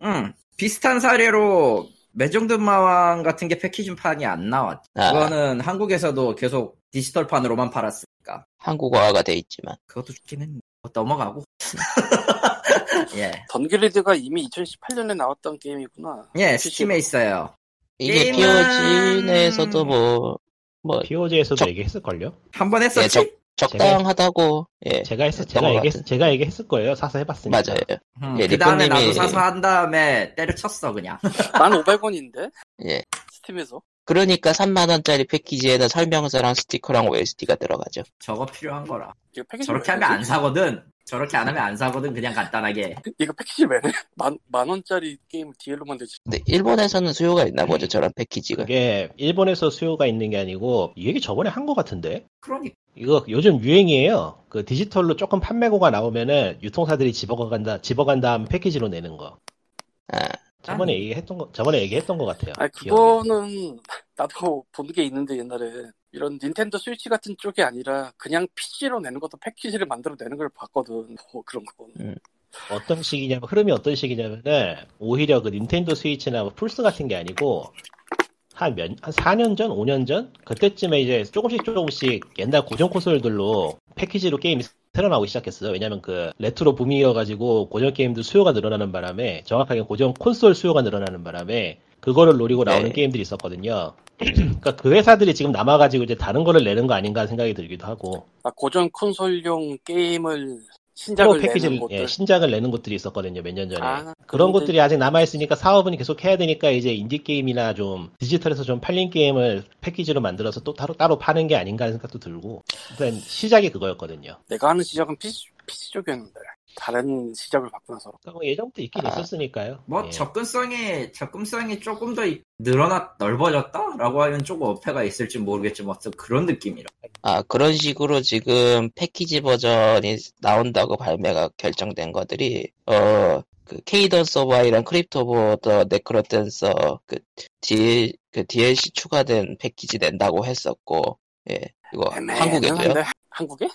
음, 비슷한 사례로 매정든마왕 같은 게 패키지판이 안 나왔. 아, 그거는 한국에서도 계속 디지털판으로만 팔았으니까 한국어화가 돼 있지만. 그것도 좋긴 했는데 뭐 넘어가고 [laughs] 예. 던그리드가 이미 2018년에 나왔던 게임이구나. 예, 스팀에 있어요. 이게 게임은- POG 내에서도 뭐, 뭐, POG에서도 저- 얘기했을걸요? 한 번 예, 적, 했었지? 적당하다고, 예, 제가 했, 그런 제가 것 얘기했, 같아요. 제가 얘기했을 거예요. 사서 해봤으니까. 맞아요. 음, 예, 그 리코님이- 다음에 나도 사서 한 다음에 때려쳤어 그냥. 난 500원인데. 예. 스팀에서. 그러니까 3만원짜리 패키지에는 설명서랑 스티커랑 OST가 들어가죠. 저거 필요한 거라. 이거 패키지 저렇게 왜 하면 안 내지? 사거든. 저렇게 안 하면 안 사거든. 그냥 간단하게. 이거 패키지 왜 내? 만, 만 원짜리 게임 DL로 만들지. 근데 일본에서는 수요가 있나 보죠, 저런 패키지가. 이게 일본에서 수요가 있는 게 아니고 이 얘기 저번에 한 거 같은데 그러니 이거 요즘 유행이에요. 그 디지털로 조금 판매고가 나오면은 유통사들이 집어간다 집어간 다음 패키지로 내는 거. 아. 저번에 얘기했던 거 저번에 얘기했던 거 같아요. 아니 기억이. 그거는 [laughs] 나도 본 게 있는데 옛날에 이런 닌텐도 스위치 같은 쪽이 아니라 그냥 PC로 내는 것도 패키지를 만들어 내는 걸 봤거든. [laughs] 뭐 그런 거. 어떤 식이냐면 흐름이 어떤 식이냐면은 오히려 그 닌텐도 스위치나 뭐 플스 같은 게 아니고 한 몇, 한 4년 전, 5년 전? 그때쯤에 이제 조금씩 조금씩 옛날 고전 콘솔들로 패키지로 게임이 새로 나오기 시작했어요. 왜냐면 그 레트로 붐이어가지고 고전 게임들 수요가 늘어나는 바람에 정확하게 고전 콘솔 수요가 늘어나는 바람에 그거를 노리고 나오는 네. 게임들이 있었거든요. [clears throat] 그러니까 그 회사들이 지금 남아가지고 이제 다른 거를 내는 거 아닌가 생각이 들기도 하고 아, 고전 콘솔용 게임을 새로 신작을 패키지를 내는 것들. 예, 신작을 내는 것들이 있었거든요. 몇 년 전에. 아, 그런 근데 것들이 아직 남아있으니까 사업은 계속 해야 되니까 이제 인디게임이나 좀 디지털에서 좀 팔린 게임을 패키지로 만들어서 또 따로, 따로 파는 게 아닌가 하는 생각도 들고. 일단 시작이 그거였거든요. 내가 하는 시작은 PC, PC 쪽이었는데 다른 시작을 바꾸나 서로. 그러니까 뭐 예전부터 있긴 아. 있었으니까요. 뭐 예. 접근성이 접근성이 조금 더 늘어났 넓어졌다라고 하면 조금 어폐가 있을지 모르겠지만 어떤 그런 느낌이라. 아, 그런 식으로 지금 패키지 버전이 나온다고 발매가 결정된 것들이, 어, 그, 케이던스 오브 아이랑 크립토 보더 네크로 댄서, 그, D, 그 DLC 추가된 패키지 낸다고 했었고, 예, 이거 어, 한국에도요? 애매한데? 한국에?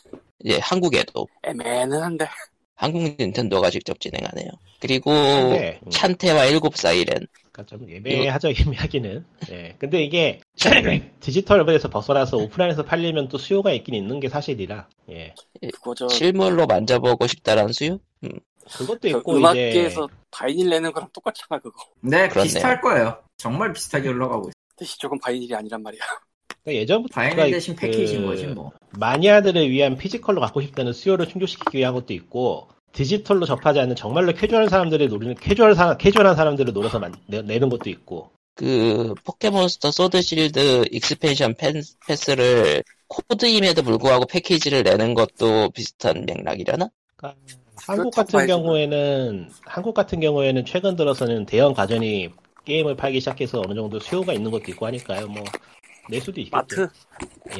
예, 한국에도. 애매한데. 한국 닌텐도가 직접 진행하네요. 그리고, 네. 음. 찬테와 일곱 사이렌. 그러니까 좀 예매하죠, 예매하기는. 예. 근데 이게 [clears throat] 디지털에서 벗어나서 오프라인에서 팔리면 또 수요가 있긴 있는 게 사실이라. 예. 그거 저 실물로 만져보고 싶다라는 수요? 음, 그것도 저 있고 음악계에서 이제 바이닐 내는 거랑 똑같잖아 그거. 네, 그렇네요. 비슷할 거예요. 정말 비슷하게 흘러가고 있어. 근데 이쪽은 바이닐이 아니란 말이야. 그러니까 그 예전부터 바이닐 대신 패키지인 거지 뭐. 마니아들을 위한 피지컬로 갖고 싶다는 수요를 충족시키기 위한 것도 있고 디지털로 접하지 않는 정말로 캐주얼 사람들이 노리는 캐주얼 사, 캐주얼한 사람들을 노려서 만- 내, 내는 것도 있고 그 포켓몬스터 소드 실드 익스펜션 펜- 패스를 코드임에도 불구하고 패키지를 내는 것도 비슷한 맥락이려나? 한국 그렇죠. 그렇다고 같은 봐야지. 경우에는 한국 같은 경우에는 최근 들어서는 대형 가전이 게임을 팔기 시작해서 어느 정도 수요가 있는 것도 있고 하니까요 뭐 낼 수도 있겠죠 마트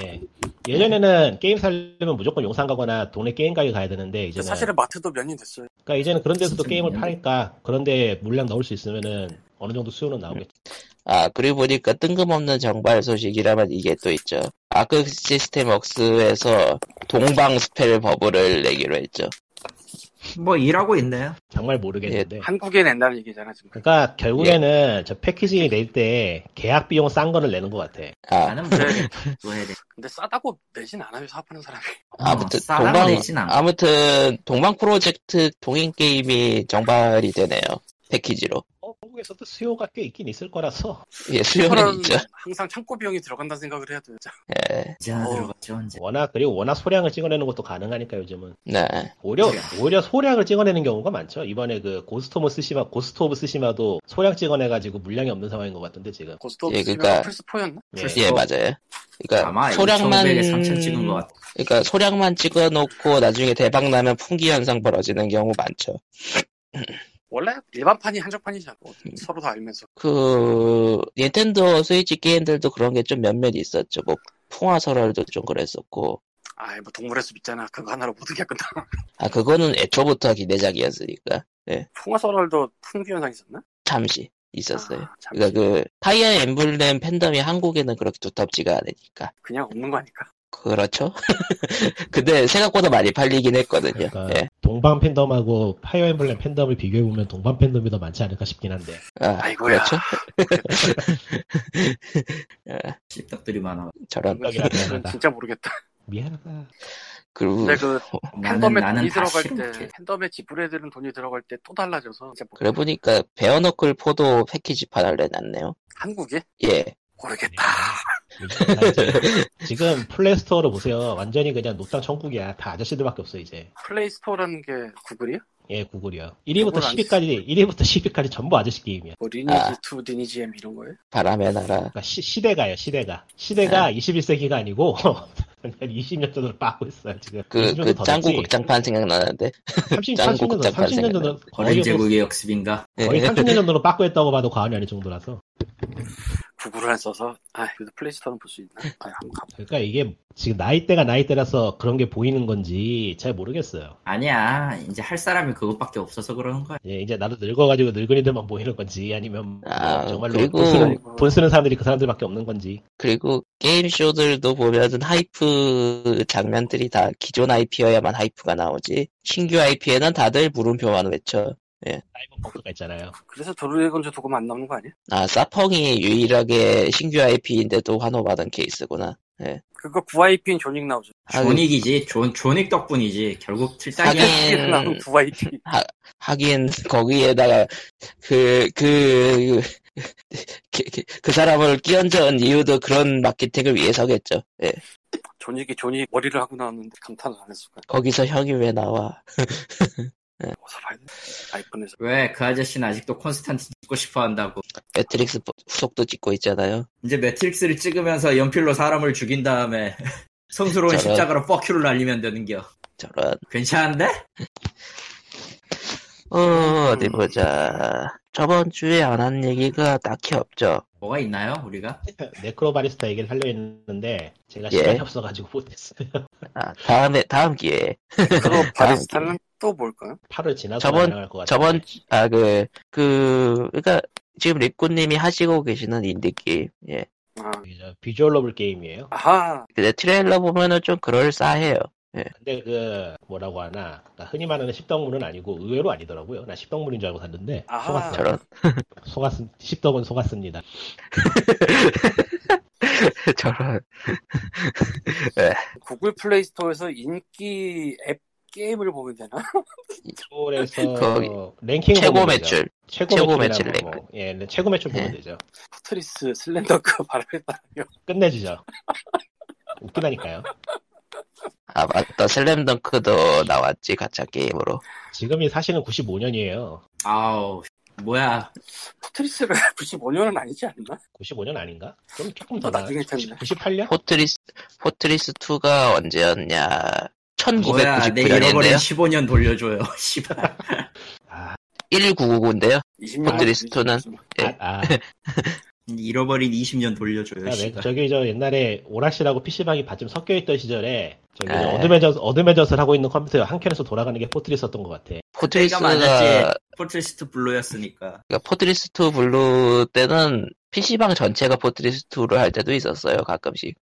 예. 예전에는 게임 살려면 무조건 용산 가거나 동네 게임 가게 가야 되는데 이제는 사실은 마트도 몇 년 됐어요. 그러니까 이제는 그런 데서도 진짜 게임을 미안해. 파니까 그런데 물량 넣을 수 네. 있으면은 어느 정도 수요는 나오겠죠. 아 그리고 보니까 뜬금없는 정발 소식이라면 이게 또 있죠. 아크 시스템 웍스에서 동방 스펠 버블을 내기로 했죠. 뭐 일하고 있네요. 정말 모르겠는데. 예. 한국에 낸다는 얘기잖아 지금. 그러니까 결국에는 저 패키지 낼 때 계약 비용 싼 거를 내는 것 같아. 아 나는 뭐 해야 돼? 뭐 해야 돼? 네. 근데 싸다고 내진 않아요 사업하는 사람이. 아무튼 어, 싸다고 동방 내진 않아. 아무튼 동방 프로젝트 동인 게임이 정발이 되네요. 패키지로. 어, 한국에서도 수요가 꽤 있긴 있을 거라서 예, 수요는 있죠. 항상 창고 비용이 들어간다는 생각을 해야 돼요. 자, 예, 이제 안 들어갔죠 언제 워낙 그리고 워낙 소량을 찍어내는 것도 가능하니까 요즘은 네. 오히려 오히려 소량을 찍어내는 경우가 많죠. 이번에 그 고스트 오브 스시마 고스트 오브 스시마도 소량 찍어내가지고 물량이 없는 상황인 것 같은데 지금. 고스트 오브 예, 스시마 그러니까- 플스 4였나? 예. 예, 맞아요. 아마 그러니까 소량만 2,500에 3,000 찍은 것 같아 그러니까 소량만 찍어 놓고 나중에 대박 나면 풍기 현상 벌어지는 경우 많죠. 원래 일반판이 한정판이잖아. 뭐, 음. 서로 다 알면서. 그 닌텐도 스위치 게임들도 그런 게 좀 몇몇 있었죠. 뭐 풍화설월도 좀 그랬었고. 아이 뭐 동물의 숲 있잖아. 그거 하나로 모든 게 끝나. [laughs] 아 그거는 애초부터 기대작이었으니까 풍화설월도 풍기 현상 있었나? 잠시 있었어요. 아, 참, 그러니까 그 파이어 엠블렘 팬덤이 한국에는 그렇게 두텁지가 않으니까. 그냥 없는 거 아닐까? 그렇죠. [laughs] 근데 생각보다 많이 팔리긴 했거든요. 그러니까 예. 동방 팬덤하고 파이어 엠블렘 팬덤을 비교해 보면 동방 팬덤이 더 많지 않을까 싶긴 한데. 아, 아이고야. 그렇죠. 실덕들이 많아 저런. 이건 진짜, 이건 진짜 모르겠다. 미안하다. 그리고 근데 그 나는 팬덤에 나는 돈이 다 들어갈 싫은 때, 팬덤에 지불해야 되는 돈이 들어갈 때 또 달라져서 진짜 뭐- 그래 보니까 베어너클 포도 패키지판을 내놨네요. 한국에 예. 모르겠다. 미쳤다, 이제. 지금 플레이스토어를 보세요. 완전히 그냥 노땅 천국이야. 다 아저씨들밖에 없어 이제. 플레이 스토어라는 게 구글이야? 예, 구글이요. 1위부터 구글 안 10위까지 1위부터 10위까지 전부 아저씨 게임이야. 뭐 리니지 아. 2, 리니지 M 이런 거예요? 바람의 나라. 그러니까 시, 대가요 시대가. 네. 시대가 21세기가 아니고 [laughs] 20년 전으로 빠고 있어요 지금. 그, 20년 그 더 짱구 됐지? 극장판 생각나는데. 30, 짱구 30년 전, 극장판 30년 전으로 거의, 어린 뭐- 제국의 역습인가 예. 거의 30년 전으로 빠고 했다고 봐도 과언이 아닐 정도라서. 구글을 안 써서 아 그래도 플레이 스토어는 볼 수 있나? 아 한번 가봐. 그러니까 이게 지금 나이대가 나이대라서 그런 게 보이는 건지 잘 모르겠어요. 아니야 이제 할 사람이 그것밖에 없어서 그러는 거야 예, 이제 나도 늙어가지고 늙은이들만 보이는 건지 아니면 뭐 아, 정말로 그리고- 돈, 쓰는, 돈 쓰는 사람들이 그 사람들밖에 없는 건지 [laughs] 그리고 게임쇼들도 보면은 하이프 장면들이 다 기존 IP여야만 하이프가 나오지. 신규 IP에는 다들 물음표만 외쳐. 사이버펑크가 있잖아요. 그래서 도르래곤즈 도금 안 나오는 거 아니야? 아, 사펑이 유일하게 신규 IP인데도 환호받은 케이스구나. 그거 9IP인 존익 나오죠. 하, 존익이지 존 존익 덕분이지 결국 하긴, 틀딱이야 예. [laughs] 나오는 9IP. 하긴, 거기에다가, 그, 그, 그, 그- 그 사람을 끼얹은 이유도 그런 마케팅을 위해서겠죠. 예. 존익이 존이 머리를 하고 나왔는데 감탄을 안 했을까? 거기서 형이 왜 나와? 예. 어서 봐야 돼. [laughs] 아이폰에서 왜 그 아저씨는 아직도 콘스탄틴 찍고 싶어 한다고 매트릭스 후속도 찍고 있잖아요. 이제 매트릭스를 찍으면서 연필로 사람을 죽인 다음에 [laughs] 성스러운 저런. 십자가로 뻑큐를 날리면 되는겨 저런. 괜찮은데? 어, 음. 어디 보자. 저번 주에 안 한 얘기가 딱히 없죠. 뭐가 있나요 우리가? 네크로바리스타 얘기를 하려 했는데 제가 예. 시간이 없어가지고 못했어요. [laughs] 아, 다음에, 다음 기회에. 아, 그거 바리스타는 또 뭘까요? 8월 지나서 저번- 날아갈 것 같아요. 저번, 주- 아, 그, 그, 그니까, 지금 립꾸님이 하시고 계시는 인디게임. 예. 아 이게 저 비주얼 러블 게임이에요. 아하 근데 트레일러 보면은 좀 그럴싸해요. 근데 그 뭐라고 하나 그러니까 흔히 말하는 십덕물은 아니고 의외로 아니더라고요. 나 십덕물인 줄 알고 샀는데 아하. 속았어요. 저런. [laughs] 속았 십덕은 속았습니다. 저런. 구글 플레이 스토어에서 인기 앱 게임을 보면 되나? [laughs] 거기 서울에서 랭킹 최고 보면 되죠. 매출. 최고, 최고 매출 매출 랭크. 예, 네, 최고 매출 보면 예. 되죠. 포트리스 슬램덩크 바람에 따르며 끝내주죠. 웃기다니까요. 아, 맞다. 슬램덩크도 나왔지. 가짜 게임으로. 지금이 사실은 95년이에요. 아우 뭐야 포트리스가 95년은 아니지 않나? 95년 아닌가? 좀 조금 더 또 나. 나중일 텐데. 98년? 포트리스, 포트리스 2가 언제였냐. 뭐야 내 잃어버린 1999년인데요. 15년 돌려줘요 [laughs] 씨발 아, 1999인데요. 20년 포트리스트는? 예. 네. 아, [laughs] 아. 잃어버린 20년 아, 돌려줘요 그러니까 왜- 씨발 저기 저 옛날에 오락실하고 PC방이 받침 섞여 있던 시절에 저기 네. 어둠의 젖 어둠의 젖을 하고 있는 컴퓨터 한 켠에서 돌아가는 게 포트리스였던 것 네. 같아. 그때가 포트리스가, 맞았지. 포트리스트 블루였으니까 그러니까 포트리스 2 블루 때는 PC방 전체가 포트리스 2를 할 때도 있었어요. 가끔씩.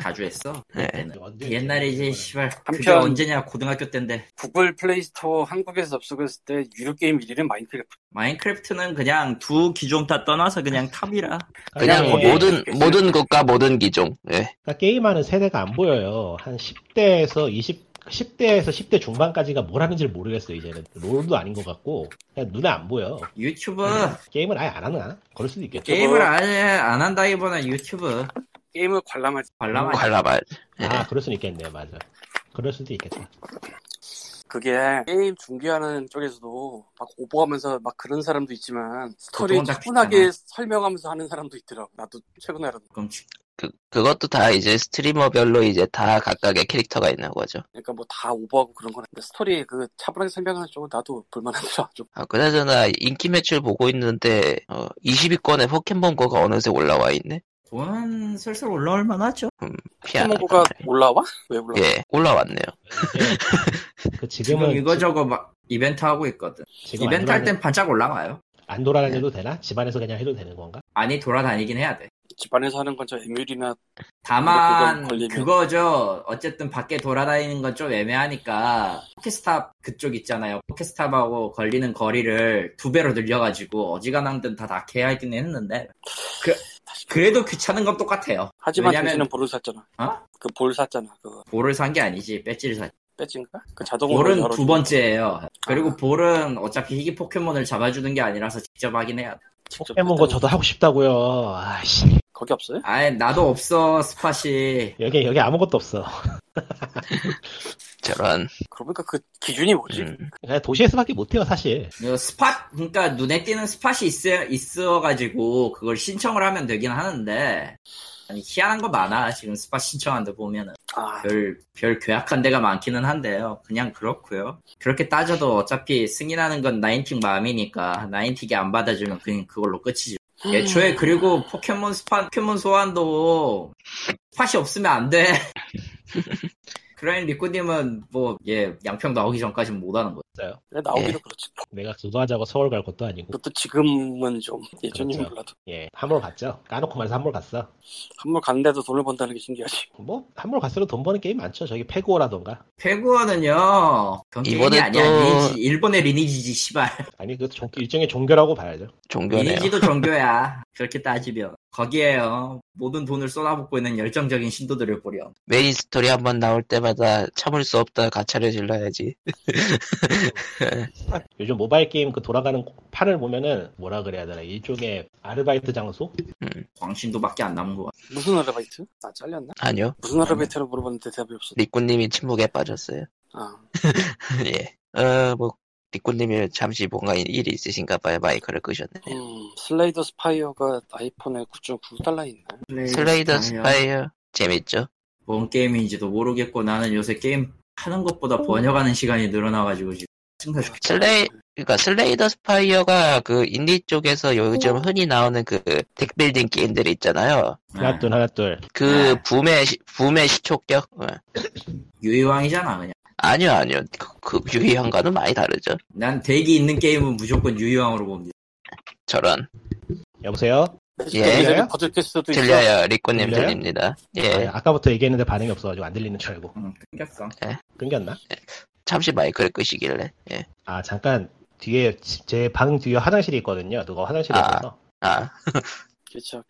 자주 했어 네. 그때는. 옛날에 이제 씨발 그게 한편- 언제냐 고등학교 때인데 구글 플레이 스토어 한국에서 접속했을 때 유료 게임 1위는 마인크래프트 마인크래프트는 그냥 두 기종 다 떠나서 그냥 탑이라 그냥 거기에- 모든, 모든 국가, 모든 기종. 예. 그러니까 게임하는 세대가 안 보여요. 한 10대에서 20 10대에서 10대 중반까지가 뭘 하는지를 모르겠어요, 이제는. 롤도 아닌 것 같고, 그냥 눈에 안 보여. 유튜브 게임을 아예 안 하나? 그럴 수도 있겠죠. 게임을 아예 안 한다기보다는 유튜브 게임을 관람하지. 관람하지. 관람할. 예. 아, 그럴 수는 있겠네요, 맞아. 그럴 수도 [laughs] 있겠다. 그게 게임 중계하는 쪽에서도 막 오버하면서 막 그런 사람도 있지만 스토리 보통은 다 차분하게 설명하면서 하는 사람도 있더라고. 나도 최근에 알았. 그럼 그, 그것도 다 이제 스트리머별로 이제 다 각각의 캐릭터가 있는 거죠. 그러니까 뭐 다 오버하고 그런 거는 스토리 그 차분하게 설명하는 쪽은 나도 불만하더라. 좀 아, 그나저나 인기 매출 보고 있는데 어, 20위권에 포켓몬고가 어느새 올라와 있네. 돈 슬슬 올라올 만하죠. 피아노. 포켓몬고가 올라와? 왜 올라와? 예, 올라왔네요. 이제 그 지금 지금은 이거 저거 막 이벤트 하고 있거든. 지금 안 이벤트 할 돌아다니- 땐 네. 반짝 올라가요. 안 돌아다녀도 되나? 집안에서 그냥 해도 되는 건가? 아니 돌아다니긴 해야 돼. 집안에서 하는 건 저 에뮬이나 다만 근데 그건 걸리면- 그거죠. 어쨌든 밖에 돌아다니는 건 좀 애매하니까 포켓스탑 그쪽 있잖아요. 포켓스탑하고 걸리는 거리를 두 배로 늘려가지고 어지간한 데는 다 닥해야 하긴 했는데 그, 그래도 귀찮은 건 똑같아요. 하지만 왜냐면- 당신은 볼을 샀잖아. 어? 그 볼 샀잖아. 그 볼을 산 게 아니지 배지를 산. 배지인가? 그 자동으로 볼은 열어- 두 번째예요. 그리고 아. 볼은 어차피 희귀 포켓몬을 잡아주는 게 아니라서 직접 하긴 해야 돼. 직접 포켓몬고 했다는 네, 뭐 저도 하고 싶다고요. 아씨, 거기 없어요? 아예 나도 없어 스팟이 여기 여기 아무것도 없어. 저런. 그러니까 그 기준이 뭐지? 음. 그냥 도시에서밖에 못해요, 사실. 그 스팟 그러니까 눈에 띄는 스팟이 있어 있어가지고 그걸 신청을 하면 되긴 하는데 아니 희한한 거 많아 지금 스팟 신청한데 보면은 아, 별별 괴악한 데가 많기는 한데요 그냥 그렇고요 그렇게 따져도 어차피 승인하는 건 나인틱 마음이니까 나인틱이 안 받아주면 그냥 그걸로 끝이죠 애초에 그리고 포켓몬 스팟 포켓몬 소환도 스팟이 없으면 안돼 [laughs] 그라인 리코님은 뭐예 양평 나오기 전까지는 못하는 거예요 왜 나오기도 예. 그렇지. 내가 그거 하자고 서울 갈 것도 아니고. 그것도 지금은 좀 예전이면 그렇죠. 몰라도 예, 함몰 갔죠. 까놓고 말해서 함몰 갔어. 한물 갔는데도 돈을 번다는 게 신기하지. 뭐 함몰 갔어도 돈 버는 게임 많죠. 저기 페고라던가. 페구어는요 이번에 이번에 아니야 또- 리니지 일본의 리니지지 씨발 아니 그 종- 일종의 종교라고 봐야죠. 종교네요. [laughs] 리니지도 종교야 그렇게 따지면 거기에요 모든 돈을 쏟아붓고 있는 열정적인 신도들을 보렴 메인 스토리 한 번 나올 때마다 참을 수 없다 가차를 질러야지. 요즘 모바일 게임 그 돌아가는 판을 보면은 뭐라 그래야 되나 일종의 아르바이트 장소? 광신도밖에 안 남은 거 같아 [laughs] 무슨 아르바이트? 나 잘렸나? 네. 아니요, 무슨 아르바이트라고 물어봤는데 대답이 없어. 리꾸님이 침묵에 빠졌어요. 아, 예, 어, 뭐 리꾸님이 잠시 뭔가 일이 있으신가 봐요. 마이크를 끄셨네요. 음, 슬레이더 스파이어가 아이폰에 9.9달러 [laughs] 있나? 네, 슬레이더 스파이어 재밌죠? 뭔 게임인지도 모르겠고 나는 요새 게임 하는 어. 것보다 번역하는 시간이 늘어나가지고 지금 증가 죽 슬레이 아, 그러니까 슬레이더 스파이어가 그 인디 쪽에서 요즘 흔히 나오는 그 덱빌딩 게임들 있잖아요. 하나 둘 하나 둘. 그 네. 붐의 시- 붐의 시초격. 어. 유희왕이잖아 그냥 아니요 아니요 그, 그 유희왕과는 많이 다르죠. 난 대기 있는 게임은 무조건 유희왕으로 봅니다 저런 여보세요? 예. 그러니까 버들캐스도 있어. 들려요 리꾸님 들려요? 들립니다. 아니, 네. 예 아까부터 얘기했는데 반응이 없어가지고 안 들리는 줄 알고 응 끊겼어 끊겼나? 잠시 마이크를 끄시길래 예. 아 잠깐 뒤에 제 방 뒤에 화장실이 있거든요. 누가 화장실에 아. 있어서. 아 그쵸.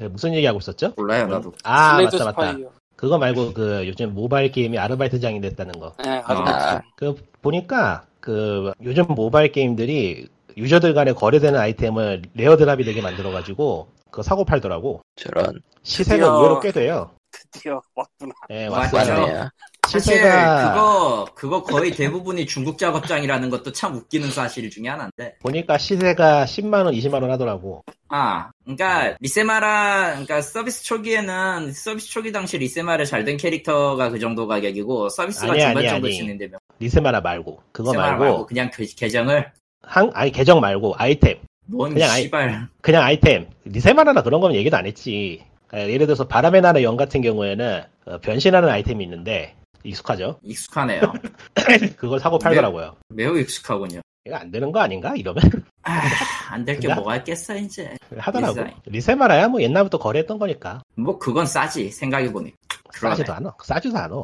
네, 무슨 얘기하고 있었죠? 몰라요 네, 나도 아 그렇죠. 슬레이더 맞다 맞다. 스파이어. 그거 말고 그 요즘 모바일 게임이 아르바이트장이 됐다는 거. 예, 아르바이트. 그 보니까 그 요즘 모바일 게임들이 유저들 간에 거래되는 아이템을 레어 드랍이 되게 만들어가지고 그거 사고 팔더라고. 저런 시세가 드디어. 의외로 꽤 돼요. 드디어 왔구나. 예, 맞죠. 왔어요. 왔네요. 사실 시세가 그거 그거 거의 대부분이 중국 작업장이라는 것도 참 웃기는 사실 중에 하나인데 보니까 시세가 10만 원, 20만 원 하더라고. 아 그러니까 리세마라 그러니까 서비스 초기에는 서비스 초기 당시 리세마를 잘 된 캐릭터가 그 정도 가격이고 서비스가 아니, 중반 아니, 정도 아니. 진행되면 리세마라 말고 그거 리세마라 말고, 말고 그냥 그 계정을 한 아니 계정 말고 아이템 뭔 그냥 아이- 씨발 그냥 아이템 리세마라나 그런 거면 얘기도 안 했지. 아, 예를 들어서 바람의 나라 영 같은 경우에는 어, 변신하는 아이템이 있는데 익숙하죠. [coughs] 익숙하네요 그걸 사고 팔더라고요. 매우 익숙하군요 이거 안 되는 거 아닌가 이러면 [laughs] 안 될 게 근데- 뭐가 있겠어 이제 하더라고. 리세. 리세마라야 뭐 옛날부터 거래했던 거니까 뭐 그건 싸지 생각해보니 그러네. 싸지도 않아. 싸지도 않아.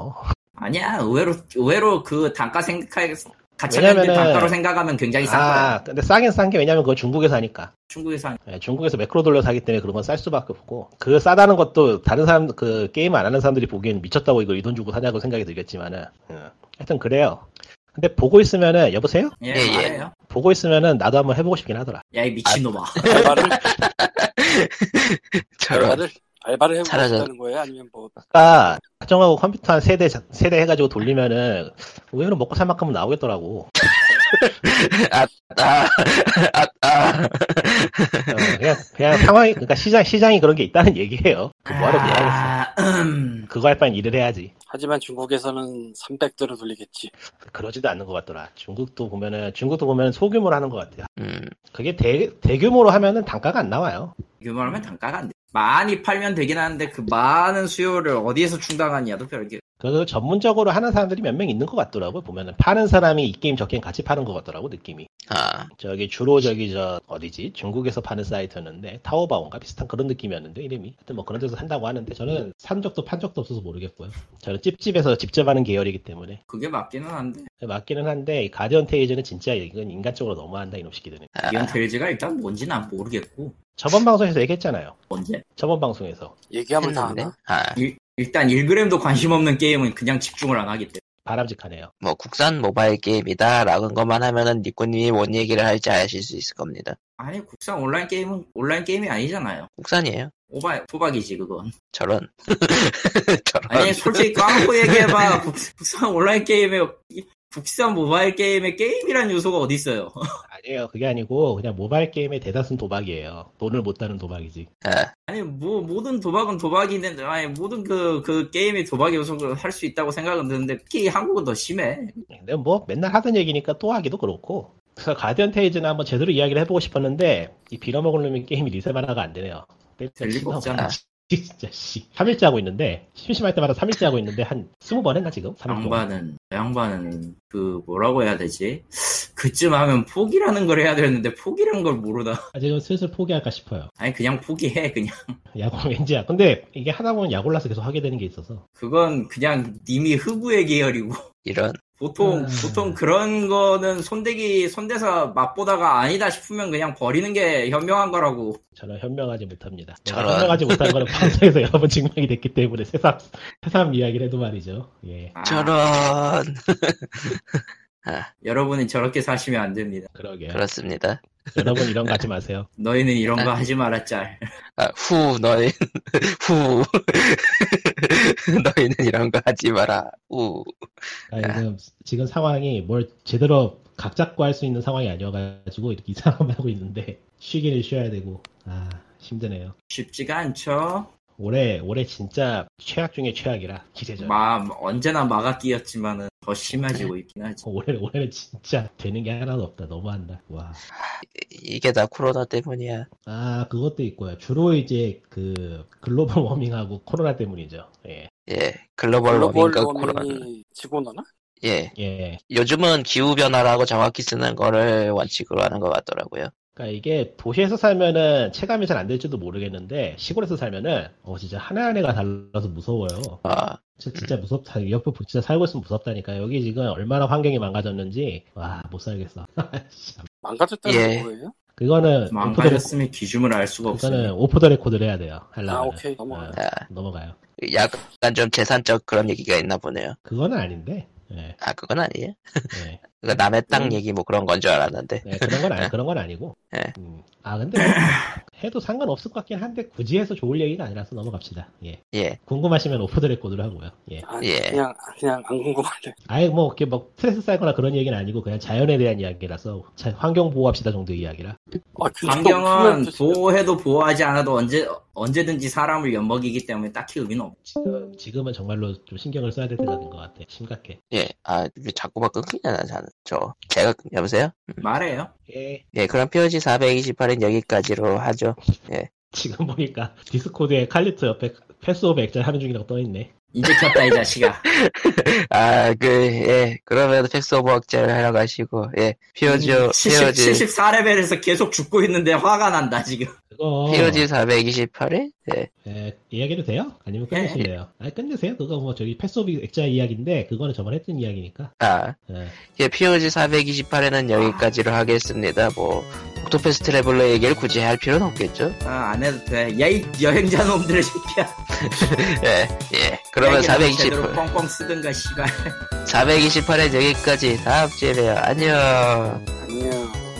아니야 의외로 의외로 그 단가 생각해 가차는 왜냐면은- 단가로 생각하면 굉장히 싼 거야. 아, 근데 싸긴 싼 게 왜냐면 그거 중국에서 하니까. 중국에서 한- 예, 중국에서 매크로 돌려서 하기 때문에 그런 건 쌀 수밖에 없고. 그 싸다는 것도 다른 사람, 그 게임 안 하는 사람들이 보기엔 미쳤다고 이걸 이 돈 주고 사냐고 생각이 들겠지만은. 예. 하여튼 그래요. 근데 보고 있으면은, 여보세요? 예, 예, 예. 말해요. 보고 있으면은 나도 한번 해보고 싶긴 하더라. 야이 미친놈아. [laughs] 알바를 저런. 알바를 알바를 해보고 사라져. 싶다는 거예요? 아니면 뭐 아까 가정하고 컴퓨터 한 세대, 세대 해가지고 돌리면은 의외로 먹고 살 만큼은 나오겠더라고. 아, [laughs] 아, 아. 어, 그냥, 그냥 상황이, 그러니까 시장, 시장이 그런 게 있다는 [laughs] 얘기예요. 그 뭐하러 그래야겠어. 아, [clears throat] 음. 그거 할 바엔 일을 해야지. 하지만 중국에서는 300대로 돌리겠지. 그러지도 않는 것 같더라. 중국도 보면은, 중국도 보면은 소규모로 하는 것 같아요. 음, 그게 대, 대규모로 하면은 단가가 안 나와요. 규모하면 단가가 안 돼. 많이 팔면 되긴 하는데 그 많은 수요를 어디에서 충당하냐도 별개. 그래서 전문적으로 하는 사람들이 몇 명 있는 것 같더라고요. 보면은 파는 사람이 이 게임 저 게임 같이 파는 것 같더라고 느낌이. 아, 저기 주로 저기 저 어디지 중국에서 파는 사이트였는데 타오바오인가 비슷한 그런 느낌이었는데 이름이. 하여튼 뭐 그런 데서 한다고 하는데 저는 산 적도 판 적도 없어서 모르겠고요. 저는 찝찝에서 직접 하는 계열이기 때문에 그게 맞기는 한데 맞기는 한데 이 가디언 테이즈는 진짜 이건 인간적으로 너무한다 이놈 시기들은. 아. 이건 델즈가 일단 뭔지는 안 모르겠고 저번 방송에서 얘기했잖아요. 언제 저번 방송에서 얘기하면 다 했는데? 아나? 아, 일단 1g도 관심 없는 게임은 그냥 집중을 안 하기 때문에. 바람직하네요. 뭐 국산 모바일 게임이다라는 것만 하면은 니꼬님이 뭔 얘기를 할지 아실 수 있을 겁니다. 아니 국산 온라인 게임은 온라인 게임이 아니잖아요. 국산이에요. 오바 도박이지 그건. 저런. [laughs] 저런. 아니 솔직히 까놓고 얘기해봐. [laughs] 국- 국산 온라인 게임에 이- 국산 모바일 게임에 게임이란 요소가 어디 있어요? 아니에요. 그게 아니고 그냥 모바일 게임의 대다수는 도박이에요. 돈을 못 따는 도박이지. 아, 아니 뭐 모든 도박은 도박인데 아니 모든 그 그 게임이 도박 요소를 할 수 있다고 생각은 드는데 특히 한국은 더 심해. 근데 뭐 맨날 하던 얘기니까 또 하기도 그렇고. 그래서 가디언 테이즈는 한번 제대로 이야기를 해보고 싶었는데 이 빌어먹을 놈의 게임이 리셋 하나가 안 되네요. 될 리가 없잖아. [laughs] 진짜 씨. 3일째 하고 있는데 심심할 때마다 3일째 하고 있는데 한 20번 했나 지금? 3일 동안. 양반은 양반은 그 뭐라고 해야 되지? 그쯤 하면 포기라는 걸 해야 되는데 포기라는 걸 모르다. 아직 좀 슬슬 포기할까 싶어요. 아니 그냥 포기해 그냥. 야구 [laughs] 왠지야. 근데 이게 하다 보면 약올라서 계속 하게 되는 게 있어서. 그건 그냥 님이 흑우의 계열이고 이런. 보통 음. 보통 그런 거는 손대기 손대서 맛보다가 아니다 싶으면 그냥 버리는 게 현명한 거라고 저는 현명하지 못합니다. 내가 저런. 현명하지 못한 거는 [laughs] 방송에서 여러 번 증명이 됐기 때문에 새삼, 새삼 이야기를 해도 말이죠. 예. 아, 저런. 여러분은 저렇게 사시면 안 됩니다 그러게요. 그렇습니다. 여러분 이런 거 하지 마세요. 너희는 이런 거 하지 마라 짤 아, 후, 너희, [laughs] 후. [laughs] 너희는 이런 거 하지 마라. 우. 그러니까 지금, 지금 상황이 뭘 제대로 각 잡고 할 수 있는 상황이 아니어가지고 이렇게 이상하게 하고 있는데 쉬기를 쉬어야 되고 아 힘드네요. 쉽지가 않죠 올해 올해 진짜 최악 중에 최악이라 기세죠. 마 언제나 마가끼였지만은 더 심해지고 있긴 하지 올해 올해는 진짜 되는 게 하나도 없다. 너무한다. 와. 이게 다 코로나 때문이야. 아 그것도 있고요. 주로 이제 그 글로벌 워밍하고 코로나 때문이죠. 예. 예. 글로벌 글로벌 워밍과 코로나. 워밍이 집어넣나? 예. 예. 요즘은 기후변화라고 정확히 쓰는 거를 원칙으로 하는 것 같더라고요. 그러니까 이게 도시에서 살면은 체감이 잘 안 될지도 모르겠는데 시골에서 살면은 어 진짜 하나하나가 달라서 무서워요. 아, 진짜, 진짜 무섭다. 옆에 보- 진짜 살고 있으면 무섭다니까. 여기 지금 얼마나 환경이 망가졌는지 와 못 살겠어. 참. 망가졌다는 예. 게 뭐예요? 네. 그거는 오프 더 레, 망가졌으면 기준을 알 수가 그거는 없어요 오프 더 레코드를 해야 돼요. 하려면. 아 오케이 넘어가. 아, 아, 넘어가요. 약간 좀 재산적 그런 얘기가 있나 보네요. 그거는 아닌데. 예, 아, 그건 아니에요. 예. 그러니까 남의 땅 음. 얘기 뭐 그런 건 줄 알았는데. 예, 그런 건 아니 그런 건 아니고. 예. 음. 아 근데 해도 상관없을 것 같긴 한데 굳이 해서 좋을 얘기가 아니라서 넘어갑시다. 예. 예. 궁금하시면 오프 더 레코드를 하고요. 예. 아, 예. 그냥 그냥 안 궁금한데 아예 뭐 이렇게 막 스트레스 쌓거나 그런 얘기는 아니고 그냥 자연에 대한 이야기라서 자- 환경 보호합시다 정도 의 이야기라. 아, 근데 환경은 오픈할 때 보호해도 보호하지 않아도 언제 언제든지 사람을 엿먹이기 때문에 딱히 의미는 없. 음. 지금, 지금은 정말로 좀 신경을 써야 될 때가 된 것 같아. 심각해. 예. 아, 이게 자꾸만 끊기냐, 저는. 저. 제가, 여보세요? 말해요. 예. 예, 그럼 POG 428은 여기까지로 하죠. 지금 보니까 디스코드에 칼리트 옆에 패스 오브 액자 하는 중이라고 떠있네. 이제 켰다 이 [laughs] 자식아. 아, 그, 예. 그러면 팩스 오브 억제를 하러 가시고, 예. 피오지오, 70, 피오지, 음, 74레벨에서 계속 죽고 있는데 화가 난다 지금. 그거 어. 피오지 428회? 예. 예, 이야기도 돼요? 아니면 끝내실래요? 아니 끝내세요. 그거 뭐 저기 패스 오브 액자 이야기인데 그거는 저번에 했던 이야기니까. 아, 예. 예, POG 428에는 여기까지로 하겠습니다. 뭐, 옥토패스 트래블러 얘기를 굳이 할 필요는 없겠죠? 아, 안 해도 돼. 야, 이 여행자 놈들의 새끼야. 예, 예. 그러면 야기라도 제대로 428, 뻥뻥 쓰든가, 씨발. 428에 여기까지. 다음 주에 봬요. 안녕. 안녕.